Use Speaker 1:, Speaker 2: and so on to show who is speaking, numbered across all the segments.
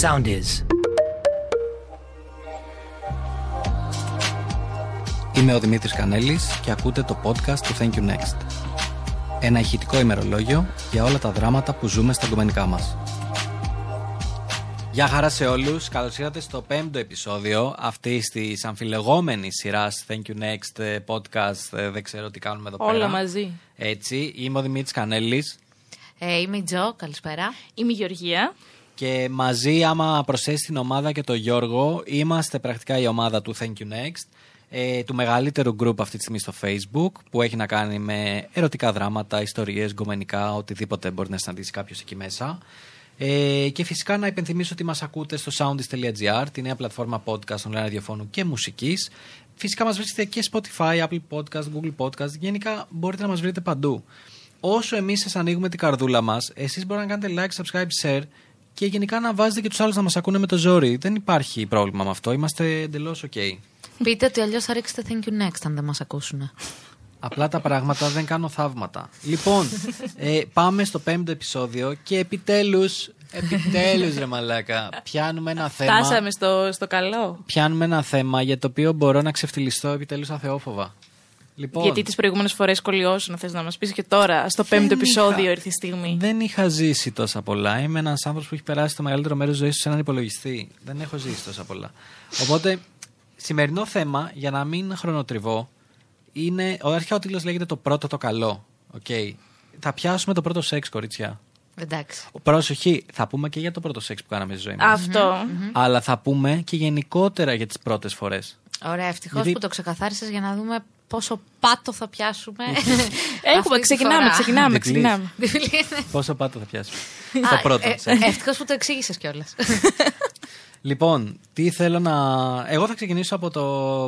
Speaker 1: sound is.
Speaker 2: Είμαι ο Δημήτρης Κανέλης και ακούτε το podcast του Thank You Next. Ένα ηχητικό ημερολόγιο για όλα τα δράματα που ζούμε στα κομμενικά μας. Γεια χαρά σε όλους, καλώς ήρθατε στο πέμπτο επεισόδιο αυτής της αμφιλεγόμενης σειράς Thank You Next ε, podcast, ε, δεν ξέρω τι κάνουμε εδώ πέρα.
Speaker 3: Όλα μαζί.
Speaker 2: Έτσι, είμαι ο Δημήτρης Κανέλης
Speaker 4: Ε, είμαι η Τζο, καλησπέρα.
Speaker 3: Είμαι η Γεωργία.
Speaker 2: και μαζί άμα προσθέσεις την ομάδα και τον Γιώργο είμαστε πρακτικά η ομάδα του Thank You Next ε, του μεγαλύτερου group αυτή τη στιγμή στο facebook που έχει να κάνει με ερωτικά δράματα, ιστορίες, γκομενικά, οτιδήποτε μπορεί να συναντήσει κάποιος εκεί μέσα. Ε, και φυσικά να υπενθυμίσω ότι μας ακούτε στο soundis.gr, τη νέα πλατφόρμα podcast online ραδιοφώνου και μουσικής. Φυσικά μας βρίσκεται και Spotify, Apple Podcast, Google Podcast, γενικά μπορείτε να μας βρείτε παντού. Όσο εμείς σας ανοίγουμε την καρδούλα μας, εσείς μπορείτε να κάνετε like, subscribe, share και γενικά να βάζετε και τους άλλους να μας ακούνε με το ζόρι. Δεν υπάρχει πρόβλημα με αυτό, είμαστε εντελώς ok.
Speaker 4: Πείτε ότι αλλιώς θα ρίξετε thank you next αν δεν μας ακούσουν.
Speaker 2: Απλά τα πράγματα δεν κάνω θαύματα. Λοιπόν, ε, πάμε στο πέμπτο επεισόδιο και επιτέλους, επιτέλους ρε μαλάκα, πιάνουμε ένα θέμα.
Speaker 3: Φτάσαμε στο, στο καλό.
Speaker 2: Πιάνουμε ένα θέμα για το οποίο μπορώ να ξεφτυλιστώ επιτέλους αθεόφοβα. Λοιπόν,
Speaker 3: Γιατί τις προηγούμενες φορές κολλιώσουν, θες να μας πεις και τώρα, στο πέμπτο
Speaker 2: δεν είχα-
Speaker 3: επεισόδιο ήρθε η στιγμή.
Speaker 2: Δεν είχα ζήσει τόσα πολλά. Είμαι ένας άνθρωπος που έχει περάσει το μεγαλύτερο μέρος ζωής του σε έναν υπολογιστή. Δεν έχω ζήσει τόσα πολλά. Οπότε, σημερινό θέμα, για να μην χρονοτριβώ, είναι. Ο αρχαίος τίτλος λέγεται Το πρώτο το καλό. Okay. Θα πιάσουμε το πρώτο σεξ, κορίτσια.
Speaker 4: Εντάξει.
Speaker 2: Πρόσοχη, θα πούμε και για το πρώτο σεξ που κάναμε στη ζωή μας.
Speaker 3: Αυτό.
Speaker 2: Αλλά θα πούμε και γενικότερα για τις πρώτες φορές.
Speaker 4: Ωραία, ευτυχώς
Speaker 2: Γιατί-
Speaker 4: που το ξεκαθάρισες για να δούμε πόσο πάτο θα πιάσουμε. αυτή
Speaker 3: Έχουμε,
Speaker 4: τη
Speaker 3: ξεκινάμε,
Speaker 4: φορά.
Speaker 3: ξεκινάμε,
Speaker 2: Δεν
Speaker 3: ξεκινάμε.
Speaker 4: Τη φιλή είναι-
Speaker 2: Πόσο πάτο θα πιάσουμε.
Speaker 4: Α,
Speaker 2: το πρώτο
Speaker 4: ε,
Speaker 2: σεξ.
Speaker 4: Ευτυχώς που το εξήγησες κιόλας.
Speaker 2: Λοιπόν, τι θέλω να. Εγώ θα ξεκινήσω από το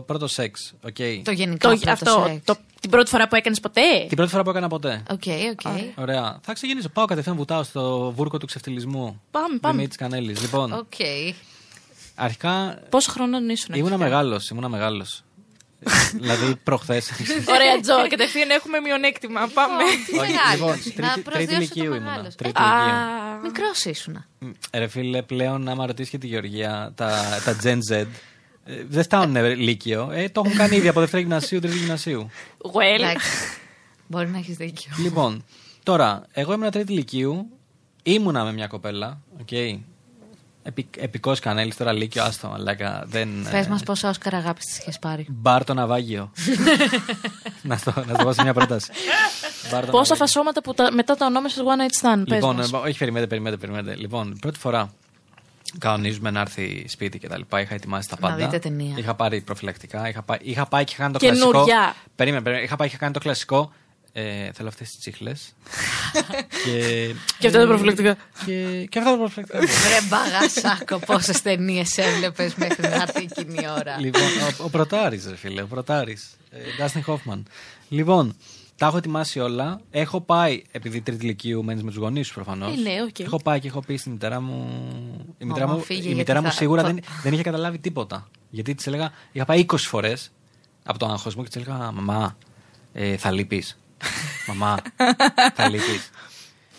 Speaker 2: πρώτο σεξ. Okay.
Speaker 4: το γενικό
Speaker 3: Το,
Speaker 4: πρώτο
Speaker 3: αυτό,
Speaker 4: σεξ.
Speaker 3: το, την πρώτη φορά που έκανες ποτέ.
Speaker 2: Την πρώτη φορά που έκανα ποτέ.
Speaker 4: Οκ, οκ.
Speaker 2: Ωραία. Θα ξεκινήσω. Πάω κατευθείαν βουτάω στο βούρκο του ξεφτυλισμού.
Speaker 3: Πάμε, πάμε.
Speaker 2: Δημήτρη Κανέλης. Λοιπόν,
Speaker 4: Οκ.
Speaker 2: αρχικά
Speaker 3: Πόσο χρόνο ήσουν,
Speaker 2: ήμουνα μεγάλος. Ήμουνα μεγάλος. δηλαδή προχθές.
Speaker 3: Ωραία, Τζο, κατευθείαν έχουμε
Speaker 4: Λοιπόν.
Speaker 3: μειονέκτημα. Πάμε.
Speaker 4: μεγάλος. Να
Speaker 2: λοιπόν, τρίτη, τρίτη
Speaker 4: προσδιορίσω το
Speaker 2: ηλικίου ήμουνα.
Speaker 4: μεγάλος.
Speaker 2: Τρίτη ηλικίου.
Speaker 3: Α,
Speaker 4: Μικρός ήσουνα.
Speaker 2: Μ, Ρε φίλε, πλέον άμα ρωτήσεις και τη Γεωργία, τα, τα Gen Z, ε, δεν φτάνουν ε, λύκειο. Ε, το έχουν κάνει ήδη από δεύτερη γυμνασίου, τρίτη γυμνασίου.
Speaker 3: Well.
Speaker 4: Εντάξει. Μπορεί να έχεις δίκιο.
Speaker 2: Λοιπόν, τώρα, εγώ ήμουν τρίτη ηλικίου, ήμουνα με μια κοπέλα, οκ. Okay. Επι, επικός κανέλης, τώρα λύκειο, άστο μαλάκα, δεν...
Speaker 4: Πε
Speaker 2: ε,
Speaker 4: μας πόσα Όσκαρ αγάπης της είχε πάρει.
Speaker 2: Μπάρ το ναυάγιο. να, στο, να στο πω σε μια πρόταση. Μπάρ το
Speaker 3: Πόσα
Speaker 2: ναυάγιο.
Speaker 3: φασώματα που τα- μετά τα ονόμασε One Night Stand. πες
Speaker 2: Λοιπόν,
Speaker 3: μας.
Speaker 2: ε, όχι, περιμένετε, περιμένετε, περιμένετε. Λοιπόν, πρώτη φορά κανονίζουμε να έρθει σπίτι και τα λοιπά. Είχα ετοιμάσει τα
Speaker 4: Να
Speaker 2: πάντα.
Speaker 4: δείτε ταινία.
Speaker 2: Είχα πάρει προφυλακτικά. Είχα πάει, είχα πάει και είχα κάνει το
Speaker 3: Καινούρια.
Speaker 2: κλασικό. Περίμενε, περίμενε. Είχα πάει και είχα κάνει το κλασικό. Ε, θέλω αυτές τις τσίχλες. και,
Speaker 3: Και αυτά τα προφυλακτικά.
Speaker 2: και, και αυτά τα προφυλακτικά.
Speaker 4: Βρε μπαγασάκο, πόσες ταινίες έβλεπες μέχρι να έρθει εκείνη η ώρα.
Speaker 2: λοιπόν, ο, ο Πρωτάρης, ρε φίλε, ο Πρωτάρης. Ντάστιν Χόφμαν. Λοιπόν, τα έχω ετοιμάσει όλα. Έχω πάει, επειδή τρίτη ηλικίου μένεις με τους γονείς σου προφανώς.
Speaker 3: Ε, ναι, οκ.
Speaker 2: Έχω πάει και έχω πει στη μητέρα μου. Η μητέρα
Speaker 4: Μαμά,
Speaker 2: μου,
Speaker 4: φύγε,
Speaker 2: η
Speaker 4: γιατί
Speaker 2: μητέρα μου
Speaker 4: θα-
Speaker 2: σίγουρα
Speaker 4: θα-
Speaker 2: δεν, δεν είχε καταλάβει τίποτα. Γιατί της έλεγα, είχα πάει 20 φορές από τον αγχώ μου και της έλεγα, Μαμά, ε, θα λείπεις. Μαμά, θα λείπεις.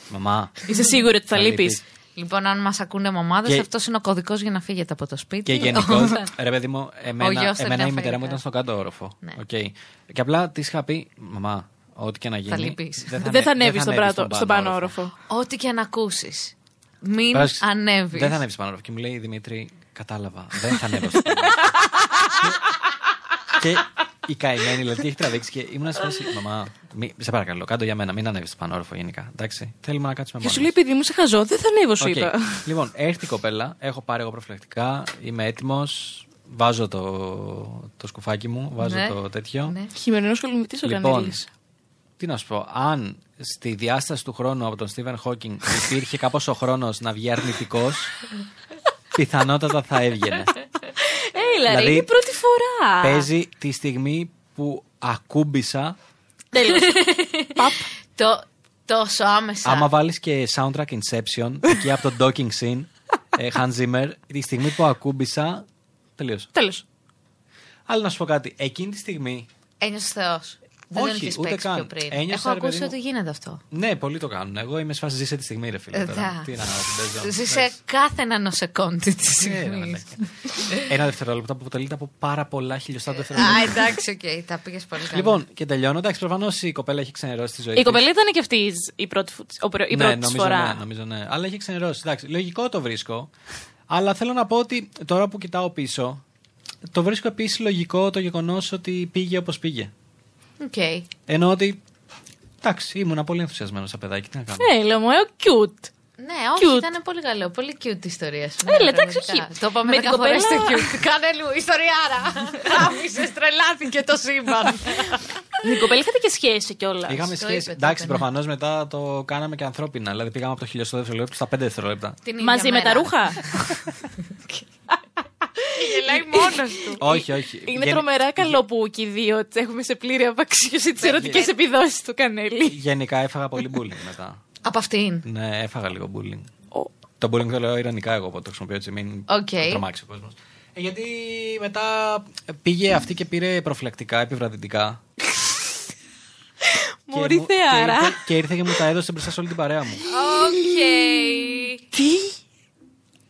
Speaker 2: Μαμά.
Speaker 3: Είσαι σίγουρη ότι θα
Speaker 2: ε, θα
Speaker 3: λείπεις.
Speaker 2: λείπεις.
Speaker 4: Λοιπόν, αν μας ακούνε μαμάδες,
Speaker 2: Και-
Speaker 4: αυτός είναι ο κωδικός για να φύγετε από το
Speaker 2: Και
Speaker 4: σπίτι.
Speaker 2: γενικώ,
Speaker 3: ναι.
Speaker 2: ρε παιδί μου, εμένα,
Speaker 4: γιος
Speaker 2: εμένα η
Speaker 4: ενδιαφέρεται.
Speaker 2: μητέρα μου ήταν στον κάτω όροφο.
Speaker 4: Ναι.
Speaker 2: Οκ. Και απλά της είχα πει, Μαμά, ό,τι και να γίνει.
Speaker 4: λείπεις.
Speaker 3: Δεν θα
Speaker 2: ανε-
Speaker 3: ανέβεις στον
Speaker 2: ανέβεις
Speaker 3: πράτο- στον πάνω όροφο.
Speaker 4: Ό,τι και αν ακούσεις. Μην
Speaker 2: Πράσι-
Speaker 4: ανέβεις.
Speaker 2: Δεν θα ανέβεις πάνω. Και μου λέει Δημήτρη, κατάλαβα. Δεν θα ανέβω. στο πάνω. και, και η καημένη, δηλαδή, τι έχει τραβήξει. Και ήμουν σε φάση, μαμά, μη, σε παρακαλώ, κάτω για μένα, μην ανέβεις πάνω όροφο γενικά. Εντάξει, θέλουμε να κάτσουμε
Speaker 3: Και
Speaker 2: μόνοι
Speaker 3: σου λέει,
Speaker 2: μας».
Speaker 3: παιδί μου, σε χαζό, δεν θα ανέβω, σου
Speaker 2: Οκ.
Speaker 3: είπα.
Speaker 2: Λοιπόν, έρθει η κοπέλα, έχω πάρει εγώ προφυλακτικά, είμαι έτοιμος, βάζω το, το σκουφάκι μου, βάζω
Speaker 4: Ναι.
Speaker 2: το τέτοιο.
Speaker 4: Ναι.
Speaker 3: Χειμερινός κολυμβητής ο
Speaker 2: Λοιπόν,
Speaker 3: Κανέλη.
Speaker 2: τι να σου πω, αν στη διάσταση του χρόνου από τον Στίβεν Χόκινγκ υπήρχε κάπως ο χρόνος να βγει αρνητικός, πιθανότατα θα έβγαινε.
Speaker 3: Έλα, ρε,
Speaker 2: δηλαδή,
Speaker 3: είναι η πρώτη φορά.
Speaker 2: Παίζει τη στιγμή που ακούμπησα,
Speaker 3: Τέλος. Παπ.
Speaker 4: Το, τόσο άμεσα.
Speaker 2: άμα βάλεις και soundtrack Inception, εκεί από το docking scene, ε, Hans Zimmer, τη στιγμή που ακούμπησα, τελείωσε.
Speaker 3: Τέλος.
Speaker 2: Αλλά να σου πω κάτι, εκείνη τη στιγμή
Speaker 4: Ένιωσες Θεός. Δεν
Speaker 2: Όχι,
Speaker 4: τον έχεις
Speaker 2: ούτε
Speaker 4: παίξει
Speaker 2: καν.
Speaker 4: πιο πριν.
Speaker 2: Ένιωσα,
Speaker 4: Έχω
Speaker 2: ρε παιδί
Speaker 4: ακούσει
Speaker 2: μου-
Speaker 4: ότι γίνεται αυτό.
Speaker 2: Ναι, πολλοί το κάνουν. Εγώ είμαι σε φάση ζήσε τη στιγμή, ρε φίλε.
Speaker 4: Ε,
Speaker 2: τώρα.
Speaker 4: δα.
Speaker 2: Τι να την παίζω.
Speaker 4: Ζήσε
Speaker 2: Εντάξει.
Speaker 4: κάθε νανοσεκόντι της
Speaker 2: Ε, ρε,
Speaker 4: στιγμή.
Speaker 2: μαλάκα. Ένα δευτερόλεπτο που αποτελείται από πάρα πολλά
Speaker 3: Ε,
Speaker 2: χιλιοστά
Speaker 4: Α,
Speaker 2: δευτερόλεπτα.
Speaker 4: εντάξει, οκ, τα πήγες πολύ καλά.
Speaker 2: Λοιπόν, και τελειώνω. Εντάξει, προφανώς η κοπέλα έχει ξενερώσει τη ζωή
Speaker 3: Η
Speaker 2: της.
Speaker 3: κοπελή ήταν και αυτή η πρώτη, φου- ο πρω- η
Speaker 2: ναι,
Speaker 3: πρώτη της
Speaker 2: νομίζω,
Speaker 3: φορά.
Speaker 2: Ναι, νομίζω ναι. Αλλά έχει ξενερώσει. Εντάξει, λογικό το βρίσκω. Αλλά θέλω να πω ότι τώρα που κοιτάω πίσω, το βρίσκω επίσης λογικό το γεγονός ότι πήγε όπως πήγε.
Speaker 4: Οκ.
Speaker 2: Ενώ ότι. Εντάξει, ήμουν πολύ ενθουσιασμένος σαν παιδάκι. Τι να κάνω.
Speaker 3: Ε, λέω μου, ε, cute.
Speaker 4: Ναι, όχι,
Speaker 3: Cute.
Speaker 4: ήταν πολύ καλό. Πολύ cute η ιστορία σου.
Speaker 3: Έλα,
Speaker 4: Ναι,
Speaker 3: εντάξει,
Speaker 4: πραγματικά.
Speaker 3: όχι.
Speaker 4: Το είπαμε
Speaker 3: Με
Speaker 4: δέκα
Speaker 3: την
Speaker 4: φορές
Speaker 3: κοπέλα-
Speaker 4: το cute. Κάνε λίγο ιστοριάρα. Άφησες, τρελάθηκε το σύμπαν.
Speaker 3: Η κοπέλα είχατε και σχέση κιόλας.
Speaker 2: Είχαμε
Speaker 4: το
Speaker 2: σχέση.
Speaker 4: είπε, το
Speaker 2: Εντάξει,
Speaker 4: είπε, ναι.
Speaker 2: προφανώς μετά το κάναμε και ανθρώπινα. Δηλαδή πήγαμε από το χιλιοστό δευτερόλεπτο στα πέντε δευτερόλεπτα.
Speaker 4: Την ίδια
Speaker 3: Μαζί με τα
Speaker 4: μέρα.
Speaker 3: ρούχα.
Speaker 4: Γελάει μόνος του.
Speaker 2: όχι, όχι.
Speaker 3: Είναι
Speaker 2: Γεν-
Speaker 3: τρομερά καλό που και οι δύο τις έχουμε σε πλήρη απαξίωση τις ερωτικέ επιδόσεις του Κανέλη.
Speaker 2: Γενικά έφαγα πολύ bullying μετά.
Speaker 4: Από αυτήν.
Speaker 2: ναι, έφαγα λίγο bullying.
Speaker 3: Ο-
Speaker 2: Το bullying το λέω ειρωνικά εγώ που το χρησιμοποιώ έτσι, μην
Speaker 4: Οκ.
Speaker 2: τρομάξει ο κόσμος. Ε, γιατί μετά πήγε αυτή και πήρε προφυλακτικά, επιβραδυτικά. Και
Speaker 3: Μωρή
Speaker 2: μου- και
Speaker 3: θεάρα.
Speaker 2: ήρθε- Και ήρθε και μου τα έδωσε μπροστά σε όλη την παρέα μου.
Speaker 4: Οκ.
Speaker 3: Τι.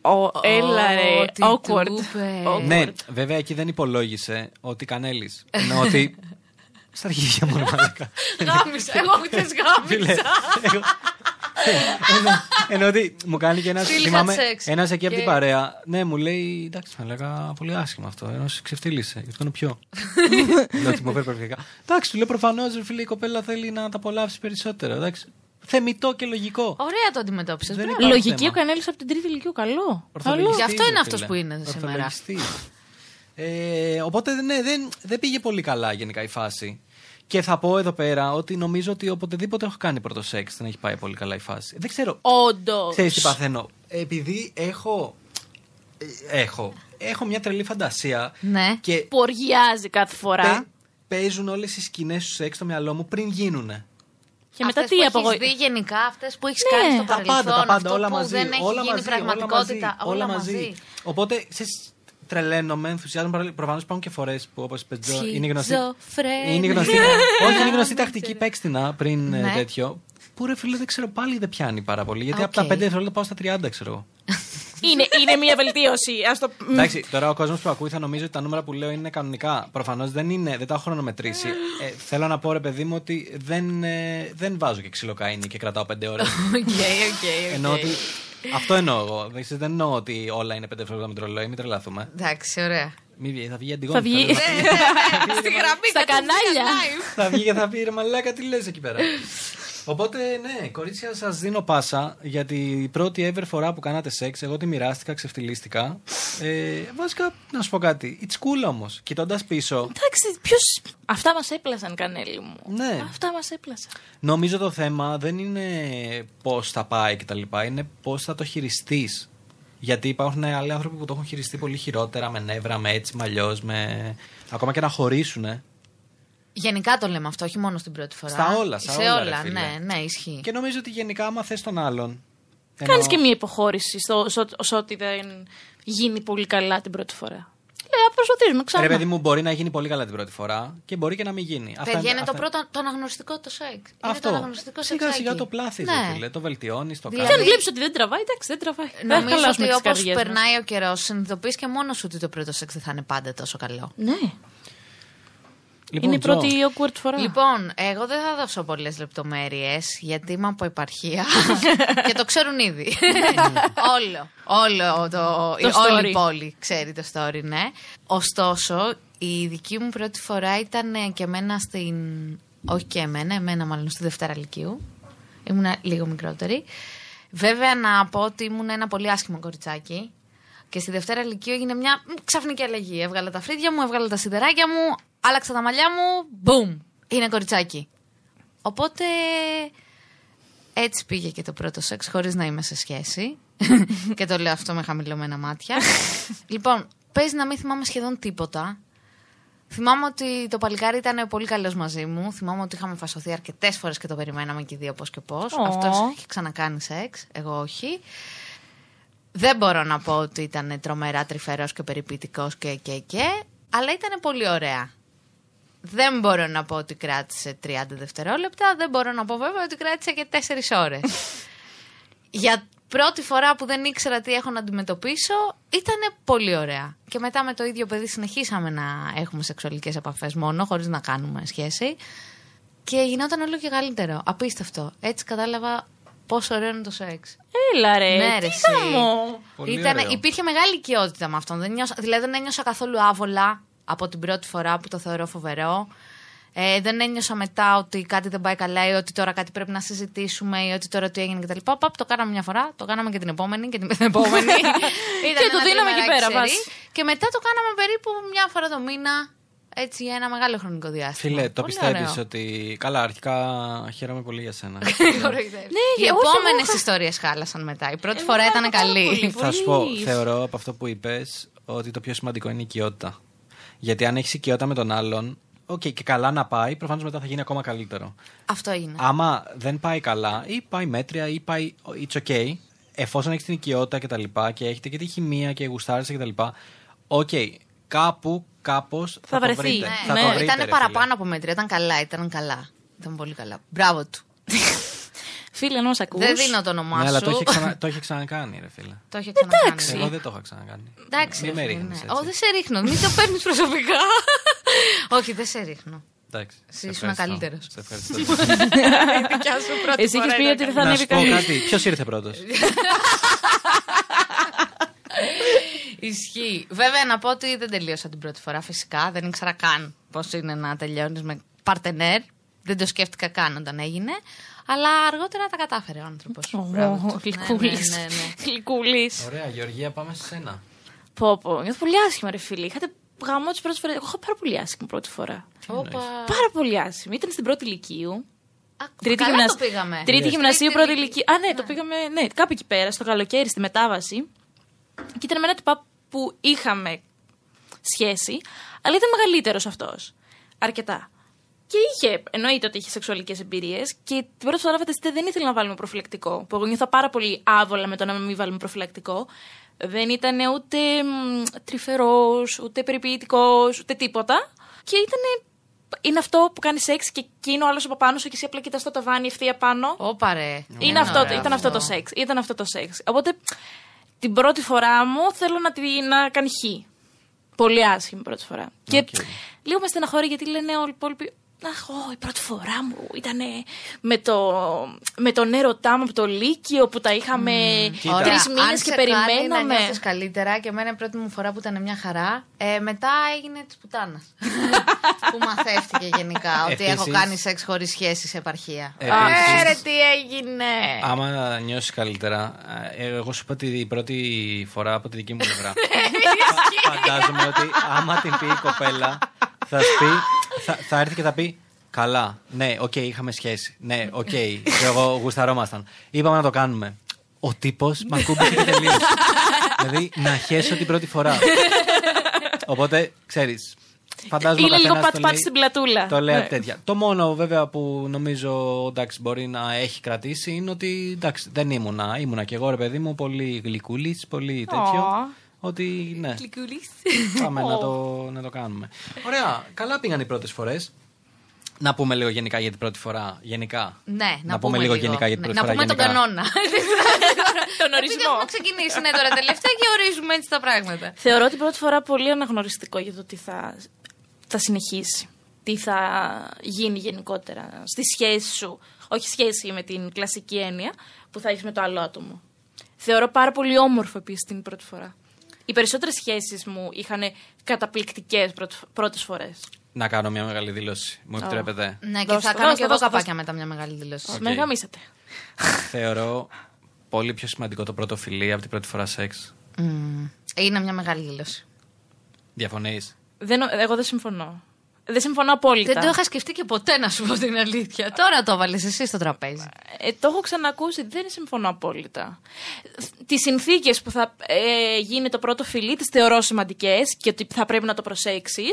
Speaker 3: Ο, έλα ρε,
Speaker 4: τι
Speaker 3: awkward.
Speaker 4: του είπε.
Speaker 3: Awkward.
Speaker 2: ναι, βέβαια εκεί δεν υπολόγισε ότι κανέλης. Ενώ ότι. Στα αρχίδια μου, ρε μαλάκα.
Speaker 4: Γάμισα. Εγώ χτε
Speaker 2: Φίλε,
Speaker 4: γάμισα.
Speaker 2: εγώ- Ενώ- Ενώ ότι μου κάνει και ένας.
Speaker 4: Still had
Speaker 2: Θυμάμαι
Speaker 4: sex.
Speaker 2: ένας εκεί από την
Speaker 4: Και-
Speaker 2: παρέα. Ναι, μου λέει εντάξει, με λέγα πολύ άσχημα αυτό. Ενώ σε ξεφτύλισε. Γιατί είναι πιο. Λέω ότι μου φέρει προφυλακτικά. Εντάξει, του λέω προφανώς, φίλε, η κοπέλα θέλει να τα απολαύσει περισσότερο. Εντάξει. Θεμητό και λογικό.
Speaker 4: Ωραία το αντιμετώπισες.
Speaker 2: Δεν
Speaker 4: Μπράβο.
Speaker 2: υπάρχει
Speaker 3: Λογική
Speaker 2: θέμα.
Speaker 3: ο Κανέλης από την τρίτη ηλικίου. Καλό. Καλό.
Speaker 2: Ορθολογιστής,
Speaker 4: Γι' αυτό
Speaker 2: ρε
Speaker 4: είναι αυτός
Speaker 2: φίλε.
Speaker 4: που είναι σήμερα.
Speaker 2: Ορθολογιστής. Ε, οπότε ναι, δεν, δεν πήγε πολύ καλά γενικά η φάση. Και θα πω εδώ πέρα ότι νομίζω ότι οποτεδήποτε έχω κάνει πρώτο σεξ δεν έχει πάει πολύ καλά η φάση. Δεν ξέρω.
Speaker 3: Όντως.
Speaker 2: Ξέρεις τι παθαίνω. Επειδή έχω. ε, Έχω. Έχω μια τρελή φαντασία.
Speaker 4: Ναι.
Speaker 2: Και
Speaker 3: Που οργιάζει κάθε
Speaker 2: παι-
Speaker 3: φορά.
Speaker 2: παίζουν όλες οι σκηνές του σεξ στο μυαλό μου πριν γίνουνε.
Speaker 3: Και μετά τι
Speaker 4: Αυτές που έχεις
Speaker 3: απογοητεύει.
Speaker 4: δει γενικά, αυτές που έχεις
Speaker 3: Ναι.
Speaker 4: κάνει στο
Speaker 2: Τα
Speaker 4: παρελθόν.
Speaker 2: πάντα, τα πάντα,
Speaker 4: αυτό
Speaker 2: όλα
Speaker 4: που
Speaker 2: μαζί.
Speaker 4: Δεν έχει
Speaker 2: όλα
Speaker 4: γίνει
Speaker 2: μαζί,
Speaker 4: πραγματικότητα. Όλα μαζί.
Speaker 2: Οπότε, ξέρεις, τρελαίνομαι, ενθουσιάζομαι. Προφανώς υπάρχουν και φορές που όπως είπε Τζο, είναι γνωστή.
Speaker 4: Σχιζοφρένεια.
Speaker 2: Είναι γνωστή. όχι, είναι γνωστή τακτική παίξτηνα πριν ε,
Speaker 4: Ναι.
Speaker 2: τέτοιο. Που ρε φίλε, δεν ξέρω πάλι δεν πιάνει πάρα πολύ. Γιατί από
Speaker 4: Οκ.
Speaker 2: τα 5 δευτερόλεπτα πάω στα 30, ξέρω εγώ.
Speaker 3: Είναι, είναι μια βελτίωση. Ας το...
Speaker 2: Εντάξει, τώρα ο κόσμος που ακούει θα νομίζει ότι τα νούμερα που λέω είναι κανονικά. Προφανώς δεν είναι, δεν τα έχω χρονομετρήσει. Ε, θέλω να πω ρε παιδί μου ότι δεν, ε, δεν βάζω και ξυλοκαίνη και κρατάω 5 ώρες.
Speaker 4: Οκ, οκ, οκ.
Speaker 2: Εννοώ ότι. Αυτό εννοώ εγώ. Δεν δεν εννοώ ότι όλα είναι πέντε φράγματα με το ρολόι, μην τρελαθούμε.
Speaker 4: Εντάξει, ωραία.
Speaker 2: Μη βγει, θα βγει
Speaker 3: Θα
Speaker 2: αντιγόνη.
Speaker 3: βγει.
Speaker 2: λες,
Speaker 4: Στη γραμμή,
Speaker 3: Στα
Speaker 4: κατευθείαν
Speaker 3: κανάλια.
Speaker 4: live.
Speaker 2: θα βγει και θα πει ρε μαλάκα, τι λες εκεί πέρα. Οπότε, ναι, κορίτσια, σας δίνω πάσα γιατί η πρώτη ever φορά που κάνατε σεξ, εγώ τη μοιράστηκα, ξεφτυλίστηκα. Ε, βασικά, να σου πω κάτι. It's cool όμως. Κοιτώντας πίσω,
Speaker 3: Εντάξει, ποιος. Αυτά μας έπλασαν, Κανέλη μου.
Speaker 2: Ναι.
Speaker 3: Αυτά μας έπλασαν.
Speaker 2: νομίζω το θέμα δεν είναι πώς θα πάει κτλ. Είναι πώς θα το χειριστείς. Γιατί υπάρχουν άλλοι άνθρωποι που το έχουν χειριστεί πολύ χειρότερα, με νεύρα, με έτσι, με αλλιώς, με. ακόμα και να χωρίσουν.
Speaker 4: Γενικά το λέμε αυτό, όχι μόνο στην πρώτη φορά.
Speaker 2: Στα όλα, στα
Speaker 4: σε
Speaker 2: όλα,
Speaker 4: όλα.
Speaker 2: ρε φίλε.
Speaker 4: ναι, ναι, ισχύει.
Speaker 2: Και νομίζω ότι γενικά, άμα θες τον άλλον.
Speaker 3: Κάνεις Κάνεις και μια υποχώρηση στο, στο, στο ότι δεν γίνει πολύ καλά την πρώτη φορά. Λέει, α προσπαθήσουμε ξανά.
Speaker 2: Ρε παιδί μου, μπορεί να γίνει πολύ καλά την πρώτη φορά και μπορεί και να μην γίνει. Αυτά
Speaker 4: Παιδιά, είναι
Speaker 2: αυτά
Speaker 4: το πρώτο, το αναγνωστικό το σεξ. Είναι το
Speaker 2: Αυτό.
Speaker 4: αναγνωστικό σεξ.
Speaker 2: σιγά σιγά το πλάθεις,
Speaker 4: Ναι.
Speaker 2: φίλε. Το βελτιώνεις, το
Speaker 4: Δηλαδή,
Speaker 2: κάνει.
Speaker 3: Και αν βλέπεις ότι δεν τραβάει, εντάξει, δεν τραβάει. Ε, Δεν θα
Speaker 4: Νομίζω
Speaker 3: χαλάσουμε
Speaker 4: ότι
Speaker 3: τις
Speaker 4: όπως
Speaker 3: καρδιές μας.
Speaker 4: περνάει ο καιρός, συνειδητοποιείς και μόνος σου ότι το πρώτο σεξ δεν θα είναι πάντα τόσο καλό.
Speaker 3: Ναι.
Speaker 2: Λοιπόν,
Speaker 3: είναι η
Speaker 2: Τζο,
Speaker 3: πρώτη awkward φορά.
Speaker 4: Λοιπόν, εγώ δεν θα δώσω πολλές λεπτομέρειες γιατί είμαι από επαρχία και το ξέρουν ήδη.
Speaker 2: Ναι.
Speaker 4: όλο. Όλο το.
Speaker 3: Το
Speaker 4: όλη η
Speaker 3: story.
Speaker 4: πόλη ξέρει το story, ναι. Ωστόσο, η δική μου πρώτη φορά ήταν ε, και εμένα στην. Όχι και εμένα, εμένα μάλλον στη Δευτέρα Λυκείου. Ήμουν λίγο μικρότερη. Βέβαια, να πω ότι ήμουν ένα πολύ άσχημο κοριτσάκι. Και στη Δευτέρα Λυκείου έγινε μια μ, ξαφνική αλλαγή. Έβγαλα τα φρύδια μου, έβγαλα τα σιδεράκια μου, άλλαξα τα μαλλιά μου. Μπούμ! Είναι κοριτσάκι. Οπότε έτσι πήγε και το πρώτο σεξ χωρίς να είμαι σε σχέση. και το λέω αυτό με χαμηλωμένα μάτια. λοιπόν, παίζει να μην θυμάμαι σχεδόν τίποτα. Θυμάμαι ότι το παλικάρι ήταν πολύ καλός μαζί μου. Θυμάμαι ότι είχαμε φασωθεί αρκετές φορές και το περιμέναμε και οι δύο πώς και πώς.
Speaker 3: Ω.
Speaker 4: Αυτός έχει ξανακάνει σεξ, εγώ όχι. Δεν μπορώ να πω ότι ήταν τρομερά τρυφερός και περιποιητικός και και και, αλλά ήταν πολύ ωραία. Δεν μπορώ να πω ότι κράτησε 30 δευτερόλεπτα, δεν μπορώ να πω βέβαια ότι κράτησε και 4 ώρες. Για πρώτη φορά που δεν ήξερα τι έχω να αντιμετωπίσω, ήταν πολύ ωραία. Και μετά με το ίδιο παιδί συνεχίσαμε να έχουμε σεξουαλικές επαφές μόνο, χωρίς να κάνουμε σχέση. Και γινόταν όλο και καλύτερο. Απίστευτο. Έτσι κατάλαβα πόσο ωραίο είναι το σεξ.
Speaker 3: Έλα ρε,
Speaker 4: Ναι, ρε,
Speaker 3: Ε, τι
Speaker 4: εσύ.
Speaker 3: γαμό.
Speaker 2: Πολύ
Speaker 4: Ήτανε,
Speaker 2: ωραίο.
Speaker 4: υπήρχε μεγάλη οικειότητα με αυτόν. Δεν νιώσα, δηλαδή δεν ένιωσα καθόλου άβολα από την πρώτη φορά που το θεωρώ φοβερό. Ε, δεν ένιωσα μετά ότι κάτι δεν πάει καλά ή ότι τώρα κάτι πρέπει να συζητήσουμε ή ότι τώρα τι έγινε κτλ. Παπ, το κάναμε μια φορά, το κάναμε και την επόμενη και την επόμενη. Ήταν
Speaker 3: Και το
Speaker 4: ένα
Speaker 3: δίναμε εκεί πέρα,
Speaker 4: τριμεράκι
Speaker 3: πας.
Speaker 4: σερί. Και μετά το κάναμε περίπου μια φορά το μήνα, έτσι για ένα μεγάλο χρονικό διάστημα.
Speaker 2: Φίλε, το
Speaker 4: Πολύ ωραίο.
Speaker 2: πιστεύει ότι. Καλά, αρχικά χαίρομαι πολύ για σένα.
Speaker 4: Ναι, Οι
Speaker 3: όχι, εγώ
Speaker 4: επόμενες
Speaker 3: είχα-
Speaker 4: ιστορίες χάλασαν μετά. Η πρώτη
Speaker 3: Ε,
Speaker 4: φορά
Speaker 3: ναι,
Speaker 4: ήταν
Speaker 3: πάρα πολύ.
Speaker 4: καλή.
Speaker 2: Θα σου πω,
Speaker 3: Πολύ.
Speaker 2: θεωρώ από αυτό που είπες ότι το πιο σημαντικό είναι η οικειότητα. Γιατί αν έχεις οικειότητα με τον άλλον, οκ, και καλά να πάει, προφανώς μετά θα γίνει ακόμα καλύτερο.
Speaker 4: Αυτό έγινε.
Speaker 2: Άμα δεν πάει καλά, ή πάει μέτρια, ή πάει it's okay, εφόσον έχεις την οικειότητα και τα λοιπά και έχετε και τη χημεία και γουστάρισε και τα λοιπά, οκ, κάπου, κάπως θα, το
Speaker 3: βρεθεί.
Speaker 2: βρείτε.
Speaker 3: Ναι.
Speaker 2: Θα το
Speaker 3: Ναι.
Speaker 2: βρείτε, ρε,
Speaker 4: Ήταν
Speaker 2: φίλε.
Speaker 4: παραπάνω από μέτρια. Ήταν καλά, ήταν καλά. Ήταν πολύ καλά. Μπράβο του.
Speaker 3: Φίλε, να μα ακούς.
Speaker 4: Δεν δίνω το όνομά
Speaker 2: Ναι, αλλά
Speaker 4: σου.
Speaker 2: το είχε, ξανα- το είχε ξανακάνει, ρε φίλε.
Speaker 4: Το είχε ξανακάνει.
Speaker 3: Εντάξει.
Speaker 2: Εγώ δεν το είχα ξανακάνει.
Speaker 4: Εντάξει.
Speaker 2: Μην
Speaker 4: ρε
Speaker 2: με
Speaker 4: φίλε,
Speaker 2: ρίχνεις
Speaker 4: ναι.
Speaker 2: έτσι.
Speaker 4: Ω, δεν σε ρίχνω. Μην το παίρνεις προσωπικά. Όχι, δεν σε ρίχνω.
Speaker 2: Εντάξει. σε
Speaker 4: ήσουν
Speaker 2: ευχαριστώ.
Speaker 4: καλύτερος.
Speaker 2: Σε ευχαριστώ.
Speaker 3: Εσύ είχες πει ότι δεν θα
Speaker 2: Να
Speaker 3: ανέβει
Speaker 2: σου πω
Speaker 3: κανείς.
Speaker 2: κάτι. Ποιος ήρθε πρώτος.
Speaker 4: Ισχύει. Βέβαια, να πω ότι δεν τελείωσα την πρώτη φορά. Φυσικά δεν ήξερα καν πώς είναι να τελειώνεις με παρτενέρ. Δεν το σκέφτηκα καν όταν έγινε. Αλλά αργότερα τα κατάφερε ο άνθρωπος.
Speaker 3: Γλυκούλης.
Speaker 4: Ναι, ναι, ναι.
Speaker 3: Γλυκούλης.
Speaker 2: Ωραία, Γεωργία, πάμε σε σένα.
Speaker 3: Πω, πω. Νιώθω πολύ άσχημα, ρε φίλε. Είχατε γαμό τις πρώτες φορές. Εγώ είχα πάρα πολύ άσχημη πρώτη φορά.
Speaker 4: Όπα.
Speaker 3: Πάρα πολύ άσχημη. Ήταν στην πρώτη ηλικίου.
Speaker 4: Α,
Speaker 3: Τρίτη,
Speaker 4: καλά
Speaker 3: γυμνασ-
Speaker 4: το πήγαμε.
Speaker 3: τρίτη
Speaker 4: Yes.
Speaker 3: γυμνασίου,
Speaker 4: Τρίτη
Speaker 3: πρώτη
Speaker 4: ηλικία.
Speaker 3: ηλικία. Α, ναι, το πήγαμε ναι, κάπου εκεί πέρα, στο καλοκαίρι, στη μετάβαση. Και ήταν με ένα τυπά που είχαμε σχέση, αλλά ήταν μεγαλύτερος αυτός. Αρκετά. Και είχε, εννοείται ότι είχε σεξουαλικές εμπειρίες. Και την πρώτη φορά φανταστείτε δεν ήθελε να βάλουμε προφυλακτικό. Που εγώ νιώθα πάρα πολύ άβολα με το να μην βάλουμε προφυλακτικό. Δεν ήταν ούτε τρυφερός, ούτε περιποιητικός, ούτε τίποτα. Και ήταν. Είναι αυτό που κάνει σεξ και εκείνο άλλος από πάνω σου και εσύ απλά κοιτάς το ταβάνι ευθεία πάνω.
Speaker 4: Όπα ρε.
Speaker 3: Είναι αυτό, ήταν αυτό το σεξ. Ήταν αυτό το σεξ. Οπότε την πρώτη φορά μου θέλω να, τη, να κάνει χ. Πολύ άσχημη πρώτη φορά. Και λίγο με στεναχωρεί γιατί λένε όλοι οι υπόλοιποι. Αχ, ω, η πρώτη φορά μου ήταν με, το, με τον έρωτά μου από το Λύκειο που τα είχαμε
Speaker 2: Κοίτα.
Speaker 3: τρει
Speaker 4: Ωραία.
Speaker 3: μήνε
Speaker 4: Αν
Speaker 3: και
Speaker 4: σε Κάνει
Speaker 3: περιμέναμε.
Speaker 4: να νιώθεις καλύτερα και εμένα η πρώτη μου φορά που ήταν μια χαρά. Ε, μετά έγινε της πουτάνας. που μαθεύτηκε γενικά ότι
Speaker 2: Επίσης-
Speaker 4: έχω κάνει σεξ χωρίς σχέση σε επαρχία.
Speaker 2: Επίσης-
Speaker 4: Ε, ρε, τι έγινε.
Speaker 2: Άμα νιώσεις καλύτερα, ε, εγώ σου είπα την πρώτη φορά από τη δική μου πλευρά. Φα- Φαντάζομαι ότι άμα την πει η κοπέλα, θα, σου πει, θα, θα έρθει και θα πει Καλά, ναι, οκ, είχαμε σχέση. Ναι, οκ, και εγώ γουσταρόμασταν. Είπαμε να το κάνουμε. Ο τύπος μ' ακούμπησε και τελείωσε. δηλαδή, να χέσω την πρώτη φορά. Οπότε, ξέρεις. Φαντάζομαι
Speaker 3: Είναι
Speaker 2: ο
Speaker 3: λίγο
Speaker 2: καθένας το
Speaker 3: πατ-πατ
Speaker 2: λέει-
Speaker 3: στην πλατούλα.
Speaker 2: Το λέει
Speaker 4: Ε,
Speaker 3: Ναι.
Speaker 2: απ' τέτοια. Το μόνο βέβαια που νομίζω εντάξει, μπορεί να έχει κρατήσει είναι ότι εντάξει, δεν ήμουνα. Ήμουνα και εγώ ρε παιδί μου, πολύ γλυκούλης, πολύ τέτοιο.
Speaker 3: Ω.
Speaker 2: Ότι ναι. Πάμε να, το, να το κάνουμε. Ωραία. Καλά πήγαν οι πρώτες φορές. Να πούμε λίγο γενικά για την πρώτη φορά. Γενικά.
Speaker 4: Ναι, να,
Speaker 2: πούμε, λίγο γενικά για την
Speaker 4: Ναι,
Speaker 2: πρώτη
Speaker 4: να
Speaker 2: φορά.
Speaker 4: πούμε τον
Speaker 2: γενικά.
Speaker 4: κανόνα.
Speaker 3: Τον
Speaker 4: Επειδή
Speaker 3: ορισμό.
Speaker 4: έχουμε ξεκινήσει ναι, τώρα τελευταία και ορίζουμε έτσι τα πράγματα.
Speaker 3: Θεωρώ την πρώτη φορά πολύ αναγνωριστικό για το τι θα, θα συνεχίσει. Τι θα γίνει γενικότερα στη σχέση σου. Όχι σχέση με την κλασική έννοια που θα έχεις με το άλλο άτομο. Θεωρώ πάρα πολύ όμορφο επίσης την πρώτη φορά. Οι περισσότερες σχέσεις μου είχαν καταπληκτικές πρώτες φορές.
Speaker 2: Να κάνω μια μεγάλη δήλωση. Μου επιτρέπετε.
Speaker 4: Ναι, και
Speaker 3: Δώσ'
Speaker 4: θα
Speaker 3: το,
Speaker 4: κάνω
Speaker 3: δώσ'
Speaker 4: και
Speaker 3: το,
Speaker 4: εγώ
Speaker 3: δώσ' το,
Speaker 4: καπάκια μετά μια μεγάλη δηλώση.
Speaker 2: Οκ.
Speaker 3: Με γαμίσατε.
Speaker 2: Θεωρώ πολύ πιο σημαντικό το πρώτο φιλί από την πρώτη φορά σεξ.
Speaker 4: Είναι μια μεγάλη δηλώση.
Speaker 2: Διαφωνείς.
Speaker 3: Δεν, εγώ δεν συμφωνώ. Δεν συμφωνώ απόλυτα.
Speaker 4: Δεν το είχα σκεφτεί και ποτέ να σου πω την αλήθεια. Τώρα το βάλει εσύ στο τραπέζι.
Speaker 3: Ε, το έχω ξανακούσει, δεν συμφωνώ απόλυτα. Τις συνθήκες που θα ε, γίνει το πρώτο φιλί τις θεωρώ σημαντικές και ότι θα πρέπει να το προσέξεις,